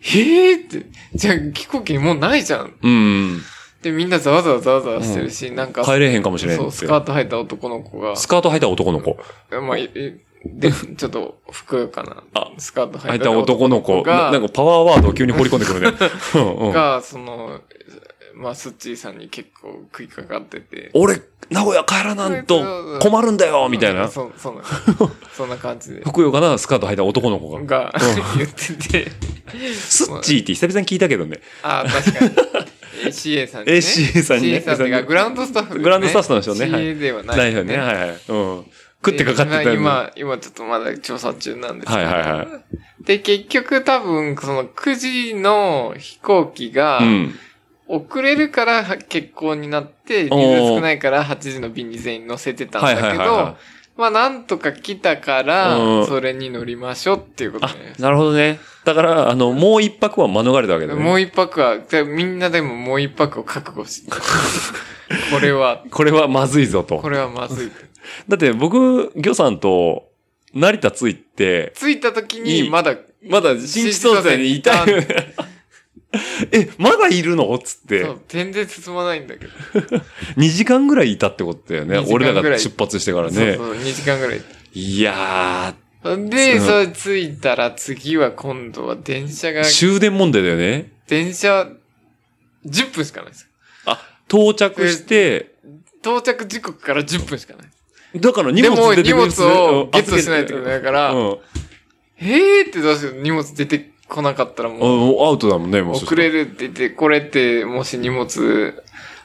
へえって、じゃあ飛行機もうないじゃん。うん。で、みんなざわざわざわざわしてるし、なんか、帰れへんかもしれんってそう、スカート履いた男の子が、スカート履いた男の子。まあ、えで、ちょっと、ふくよかなあ、スカート履履いいたた男の子。がななんかパワーワードを急に放り込んでく るね。うんうん。が、その、まあ、スッチーさんに結構食いかかってて。俺、名古屋帰らなんと困るんだよみたいな。そそんな、 そんな感じで。ふくよかなスカート履いた男の子が。が、言ってて。スッチーって久々に聞いたけどね。ああ、確かに。ACA さんに、ね。 ACA さんにね CA さんっていうか、グラウンドスタッフ、グランドスタッフなんですよねはい CA ではない、ないよね。はいはい。うん。食ってかかってたよでね。今、今ちょっとまだ調査中なんですけはどいはいはい。で、結局多分、その9時の飛行機がう、ん。遅れるから欠航になって、人数少ないから8時の便に全員乗せてたんだけど、はいはいはいはいまあなんとか来たからう、んそれに乗りましょうっていうことあね、。なるほどね。だから、あの、もう一泊は免れたわけだね。もう一泊は、でみんなでももう一泊を覚悟 して。これは、これはまずいぞとこ。れはまずい。だって僕、魚さんと成田着いて、着いた時いにいまだ、まだ新千歳にいたい。 え、まだいるのっつってそ、う全然進まないんだ けど。 2時間ぐらいいたってことだよね二時。間俺らぐらがい出発してからそうねそ。う、2時間ぐらい。いやで、うんそれ着いたら次は今度は電車が、終電問題だよね。電車10分しかないです。到着して、到着時刻から10分しかない。だから荷でも物出て荷くる物んですねをうんゲットしないといけないから、うん。へーってどうしよう。荷物出てこなかったらもう、うんアウトだもんね、もうそした遅ら。れるって言って、これってもし荷物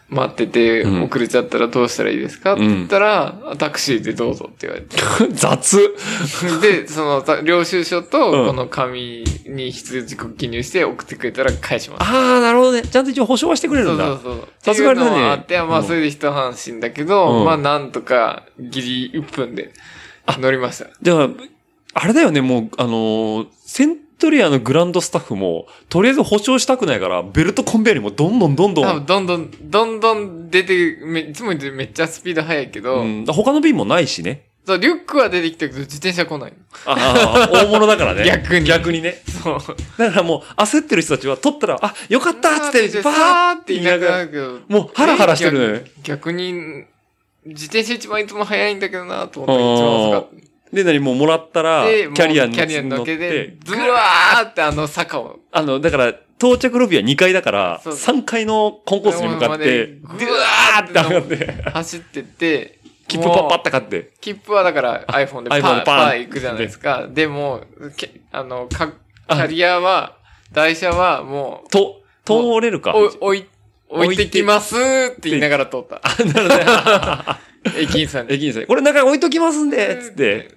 待っててうん遅れちゃったらどうしたらいいですか、って言ったら、あタクシーでどうぞって言われて。 雑。で、そのた領収書うんと、この紙に必要時刻記入して送ってくれたら返します。ああ、なるほどね。ちゃんと一応保証はしてくれそるうんそうだ。そう。さすがにねっていうのもあって、まうあ、んそれで一安心だけど、うんまあ、なんとか、ギリ1分で乗りました。じゃあ、あれだよね、もう、あのーセントリアのグランドスタッフも、とりあえず保証したくないから、ベルトコンベアにもどんどんどんど多ん、分、どんどん、どんどん出て、めいつもよりめっちゃスピード速いけど、うん、他の便もないしね。そう、リュックは出てきたけど、自転車来ない。ああ、 大物だからね。逆に逆にね。そう。だからもう、焦ってる人たちは、取ったら、あ、よかったっつって、バーって言いながら、くなるけど、もう、ハラハラしてるのよね。逆に、自転車一番いつも速いんだけどなと思って、一番遅かった。で、何ももらったら、キで、ャリアにキャリアに乗乗っってけ、て、ずわーってあの坂を。あの、だから、到着ロビーは2階だから、そう3階のコンコースに向かって、まででうわーって上がって、走ってって、切符パッパッもて買って。う切符はだから iPhone でパ iPhone でー、パパーンー行くじゃないですか。でも、けあの、か、キあャリアは、台車はもと、通れるう、か。お、おい、置いて置いてきますって言いながら通った。あ、なるほどね。 駅員さんに。駅員さん、これ中に置いときますんで、つって。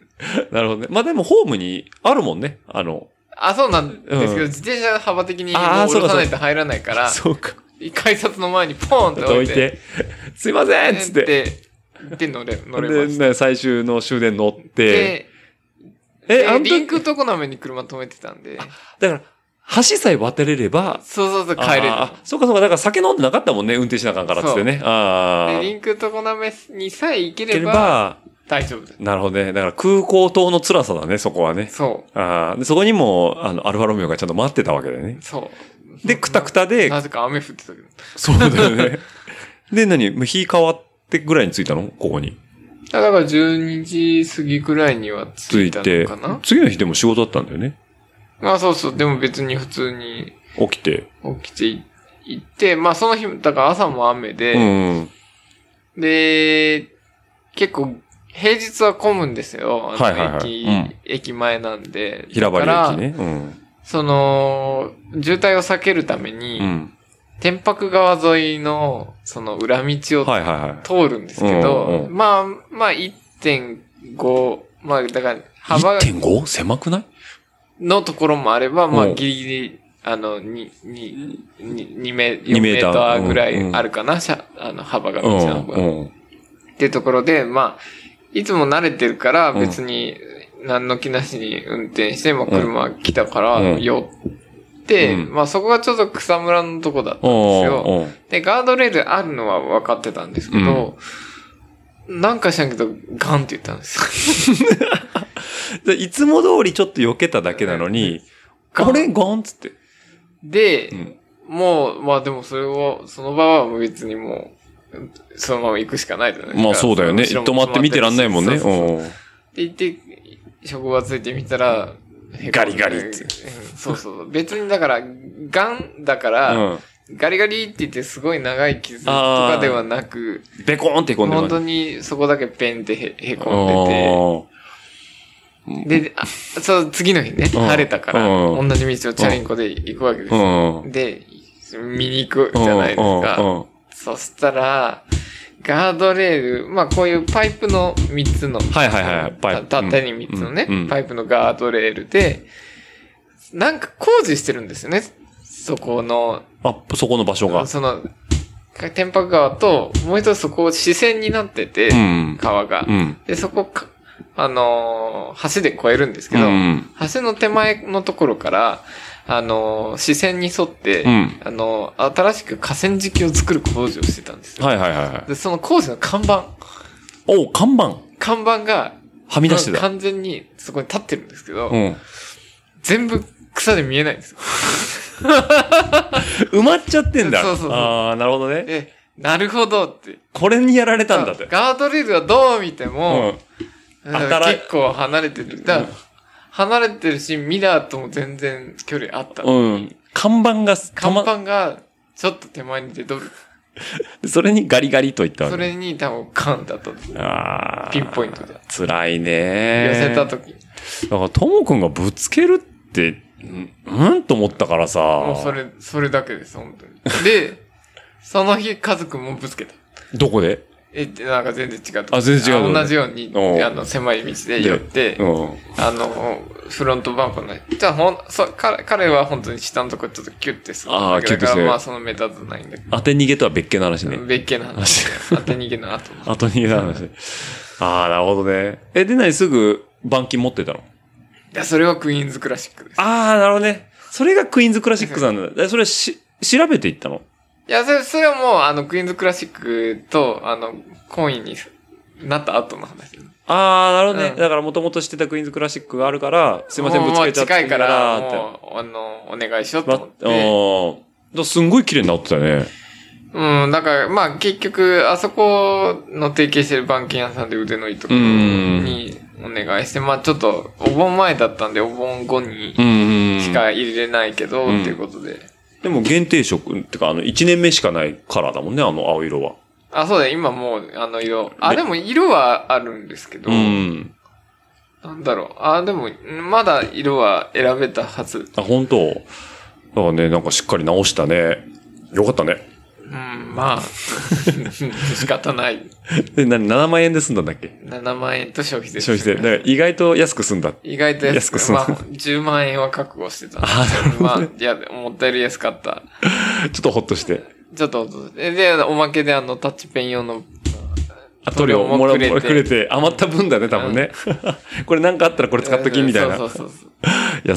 なるほどね。まあでもホームにあるもんね。あの、あ、そうなんですけど、うん自転車幅的にもうあー下ろさないと入らないから、そうか。改札の前にポーンって置置いいて、て、すいませんっつって。で、で乗れ、乗れでまし、た。ね最終の終電乗って。で、え、え、あのリ時、ンクとこなめに車止めてたんで、だから、橋さえ渡れれば、そうそうそう、帰れあたー。そうかそうか。だから酒飲んでなかったもんね。運転しなあかんからっつってね。あであ。リンクとこなめにさえ行け行けれればば、大丈夫だ。なるほどね。だから空港等の辛さだね、そこはね。そああ。で、そこにも、あの、アルファロメオがちゃんと待ってたわけだよねう、。そで、くたくたう。で、なぜか雨降ってたけど。そうだよね。で、何もう日変わってぐらいに着いたのここに。だから12時過ぎくらいには着着いいたてのかな。次の日でも仕事だったんだよね。まあそうそう、でも別に普通に起きて。起きてい行って、まあその日、だから朝も雨うで、ん。で、結構、平日は混むんですよ。あのはいはいはい駅うん駅前なんで。平張だからり駅ね。うん。その、渋滞を避けるために、うん。天白川沿いの、その裏道をはいはいはい。通るんですけど、うんうんまあ、まあ1.5、まあだから、幅が 1.5? 狭くないのところもあれば、まうあんギリギリ、あの、ににに2メ二4メメーーターターぐらうんういんあるかな、しゃあの幅が、う道ん。のう幅が。ん。っていうところで、まあ、いつも慣れてるから、別に、何の気なしに運転して、まあ、車来たからう、ん寄って、うんまあ、そこがちょっと草むらのとこだったんうんですよ。うん。で、ガードレールあるのは分かってたんですけど、なんか知らんけど、ガンって言ったんですよ。でいつも通りちょっと避けただけなのに、ガンこれゴンっつって。で、うん。もう、まあでもそれを、その場は別にもう、そのまま行くしかないじゃないですかまあそうだよね。その後止ろもまって見てらんないもんね。そうそうそうっうん。て言って、職場ついてみたら、ガリガリっうんてそうそう。別にだから、ガンだから、うん。ガリガリって言ってすごい長い傷とかではなく、ベコーンってへこんで本る当感じ。にそこだけペンってへへこんでて、で、あそう、次の日ね、うん晴れたから、う同んじ道をチャリンコで行くわけですうよ。ん。うん。で、見に行くじゃないですうんか。うんそしたら、ガードレール、まあこういうパイプの3つの、はいはいはいパイプた縦に3つのね、うんうんパイプのガードレールで、なんか工事してるんですよね、そこの、あ、そこの場所が。その、天白川と、もう一つそこ支線になってて、うん。川が。うん。で、そこか、あのー橋で越えるんですけど、うん橋の手前のところから、あのー、視線に沿って、うんあのー、新しく河川敷を作る工事をしてたんですよ。はいはいはいはい。で、その工事の看板、お、看板。看板が、はみ出してた。完全にそこに立ってるんですけど、うん。全部草で見えないんですよ。埋まっちゃってんだ。そうそうそうああ、なるほどね。で、なるほどって。これにやられたんだって。ガードレールはどう見てうも、ん。だから新い結構離れてる。だから離れてるし、ミラーとも全然距離あった。うん。看板がた看ま、板がちょっと手前に出とる。それにガリガリと言ったわそけ。れに多分カンだと。寄あーピンポイントで。辛いね。せた時だから、ともくんがぶつけるって、んうんと思ったからさ。もうそれ、それだけです、本当に。で、その日、家族もぶつけた。どこでえ、でなんか全然違うとこ。あ全然違うとこね同じようにお、うあの、狭い道で寄って、うん。あの、フロントバンクの、じゃあほん、そ、彼、彼は本当に下のとこちょっとキュッてするあーわけだキュッてすかるら、まあその目立たないんだけ当て逃げとは別件の話ねど、。別件の話。当て逃げの後。後逃げの 話。ああ、なるほどね。え、で何すぐ、板金持ってたのいや、それはクイーンズクラシックです。ああ、なるほどね。それがクイーンズクラシックなんだ。えそれし、調べていったのいや、それ、それはもう、あの、クイーンズクラシックと、あの、コインになった後の話。ああ、なるほどね。うんだからもともと知ってたクイーンズクラシックがあるから、すいません、もぶうつけちゃってもう近いから、って。もう、あの、お願いしようとま思って。おーだすんごい綺麗になってたよね。うん、だから、まあ結局、あそこの提携してる板金屋さんで腕のいいところにお願いして、まあちょっと、お盆前だったんで、お盆後にんしか入れないけど、うんっていうことで。でも限定色ってか、あの、1年目しかないカラーだもんね、あの青色は。あ、そうだ、今もう、あの色。あ、ねでも色はあるんですけど、うん。なんだろう。あ、でも、まだ色は選べたはず。あ、本当だからね、なんかしっかり直したね。よかったね。うん、まあ、 仕方ない。で、なに、7万円で済んだんだっけ7万円と消費税。消費税。だから意外と安く済んだ。意外と安く、安くまあ、10万円は覚悟してたんであなるほまあ、いや、思ったより安かった。ちょっとほっとして。ちょっと、で、でおまけであの、タッチペン用の、あ、塗料ももらくう、れてくれて、余った分だね、多分ね。 これなんかあったらこれ使っときみたいなそ。うそうそうそう。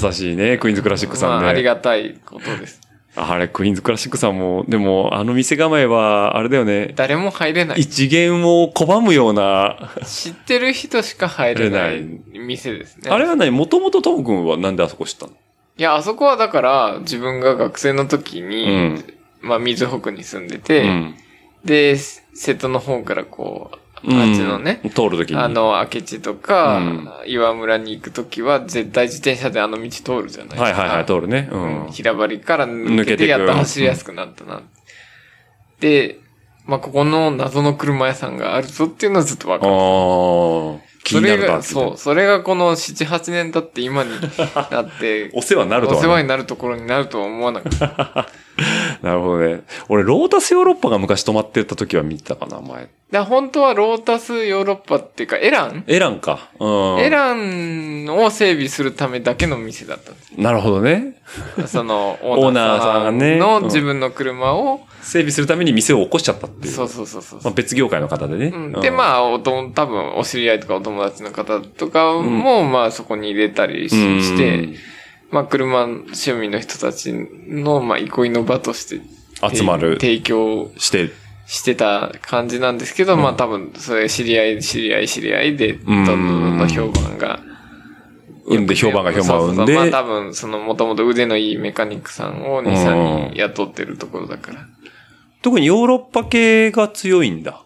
優しいね、クイーンズクラシックさんまあ、ありね。がたいことです。あれ、クイーンズクラシックさんも、でも、あの店構えは、あれだよね。誰も入れない。一元を拒むような。知ってる人しか入れな入いれない店ですね。あれは何もともとトム君はなんであそこ知ったのいや、あそこはだから、自分が学生の時うに、ん。まあ、水北に住んでうて、ん。で、瀬戸の方からこう、うんあっちのね、。通るときに。あの、明智とか、うん岩村に行くときは、絶対自転車であの道通るじゃないですか。はいはいはい、通るね。うん。平張りから抜け抜けてていくやっと走りやすくなったな。で、まあ、ここの謎の車屋さんがあるぞっていうのはずっと分あかる。あ、気そになれるなが、って言っそう、て。それがこの7、8年経って今になって、お世話になるとおは世ね、話になるところになるとは思 わなかった。なるほどね。俺、ロータスヨーロッパが昔泊まってた時は見てたかな、前。で、本当はロータスヨーロッパっていうか、エランエランか。うん。エランを整備するためだけの店だったんですなるほどね。そ の、オーナーさんがねの自分の車を、整備するために店を起こしちゃったっていう。そうそうそうそうまあ、。別業界の方でね。うんで、まあ、おと、多分、お知り合いとかお友達の方とかも、まあ、そこに入れたりしうんして、まあ、車、趣味の人たちの、まあ、憩いの場として、集まるて提供して、してた感じなんですけど、まあ、多分、それ、知り合い、知り合い、知り合いで、どんどんどんどん評判が。うんで、評判が評判を生んで。そうそうそうまあ、多分、その、もともと腕のいいメカニックさんを2、3人雇ってるところだから。特にヨーロッパ系が強いんだ。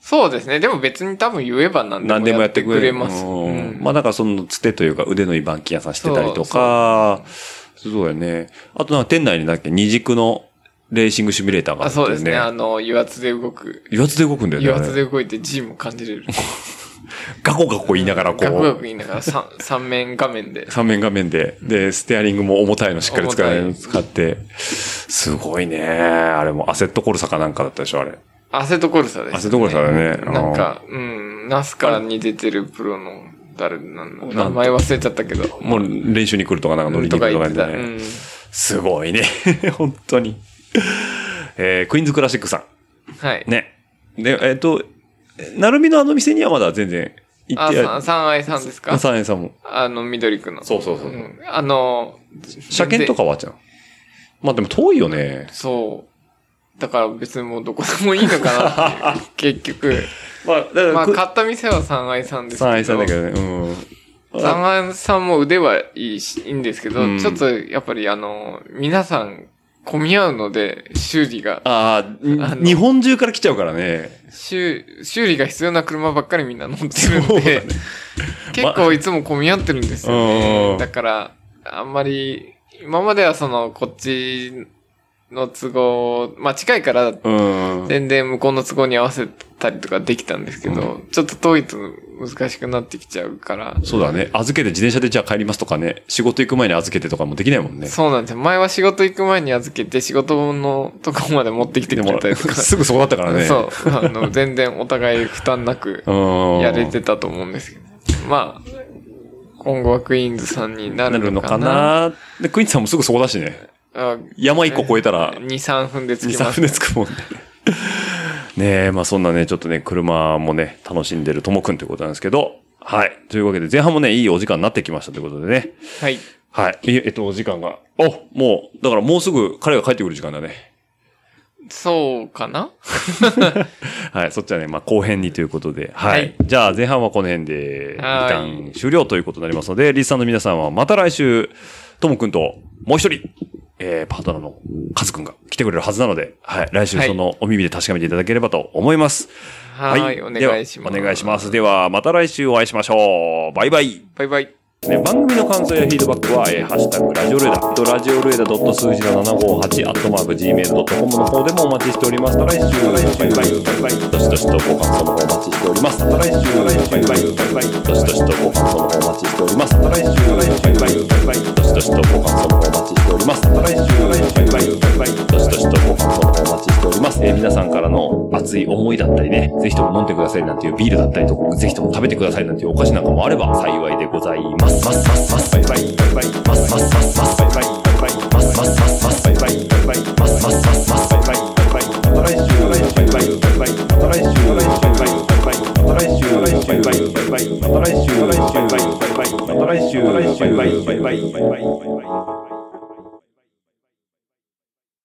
そうですね。でも別に多分言えば何何ででもやもやっっててくくれれるます。うんまあ、だからその、つてというか腕のいい板金屋さんしてたりとか、そうだよね。あとなんか店内になんだっけ、二軸のレーシングシミュレーターがああ、ってね。そうですね。あの、油圧で動く。油圧で動くんだよね。油圧で動いて G も感じれる。ガコガコ言いながらこガクガクう、言いながら三 三面画面で。三面画面で、で、ステアリングも重たいのしっかり使重いたい使って、すごいね。あれもアセットコルサかなんかだったでしょ、あれ。アセトコルサです、アセットコルサだねなんか、うん、ナスカに出てるプロの、誰なんんと名前忘れちゃったけど。もう練習に来るとかなんか乗りにと来かると言かっねてた。うん。すごいね。 本当に。えークイーンズクラシックさん。はい。ね。で、えっ、と、なるみのあの店にはまだ全然行っあ、てさん三愛さんですかサンエさんも。あの、緑区の。そうそうそうんあの、車検とかはあっちゃう。まあでも遠いよね。そう。だから別にもうどこでもいいのかな っていう結局。まあ、だからまあ、く買った店は三愛さんですけど。サンエさんだけどね。うん。三安さんも腕はいいし、いいんですけど、うんちょっとやっぱりあの、皆さん混み合うので、修理が、あああ、の日本中から来ちゃうからね。修、修理が必要な車ばっかりみんな乗ってるん で、結構いつも混み合ってるんですようんうんうねん。だから、あんまり、今まではその、こっちの都合、まあ近いから、うん。全然向こうの都合に合わせたりとかできたんですけど、ちょっと遠いと難しくなってきちゃうから、そうだね。預けて自転車でじゃあ帰りますとかね。仕事行く前に預けてとかもできないもんね。そうなんですよ。前は仕事行く前に預けて、仕事のとこまで持ってきてでくれもたりとか。すぐそこだったからね。 そう。あの、全然お互い負担なくうん。やれてたと思うんですけど。まあ、今後はクイーンズさんにななるるののかかな。なで、クイーンさんもすぐそこだしね。あ山一個越えたら、 2、3分で着2、きま3す分。で着くもんね。 ねえ、まあそんなね、ちょっとね、車もね、楽しんでるともくんということなんですけど、はい。というわけで、前半もね、いいお時間になってきましたということでね。はい。はい。いええっと、お時間が。おもう、だからもうすぐ彼が帰ってくる時間だね。そうかなはい。そっちはね、まあ後編にということで。はい。はいじゃあ前半はこの辺で、一はい旦終了ということになりますので、リスさんの皆さんはまた来週、ともくんともう一人、えー、パートナーのカズくんが来てくれるはずなので、はい。来週はいそのお耳で確かめていただければと思います。はいお願いしますではお願いします。では、また来週お会いしましょう。バイバイ。バイバイ。ね、番組の感想やフィードバックは、えーハッシュタグラジオルエダ、ラジオルエダ数字の758、アットマーク Gmail.com の方でもお待ちしております。また来週、バイバイ、バイバイ、どしどしとご感想の方お待ちしております。また来週、バイバイ、バイバイ、どしどしとご感想の方お待ちしております。また来週、バイバイ、バイバイ、どしどしとご感想の方お待ちしております。また来週、バイバイ、バイバイ、どしどしとご感想の方お待ちしております。えー皆さんからの熱い思いだったりね、ぜひとも飲んでくださいなんていうビールだったりとか、ぜひとも食べてくださいなんていうお菓子なんかもあれば幸いでございます。ますますますバイバイバイバイますますますますバイバイバイバイますますますますバイバイバイバイますますますますバイバイバイバイまた来週バイバイバイバイまた来週バイバイバイバイまた来週バイバイバイバイまた来週バイバイバイバイまた来週バイバイバイバイバイバイバイ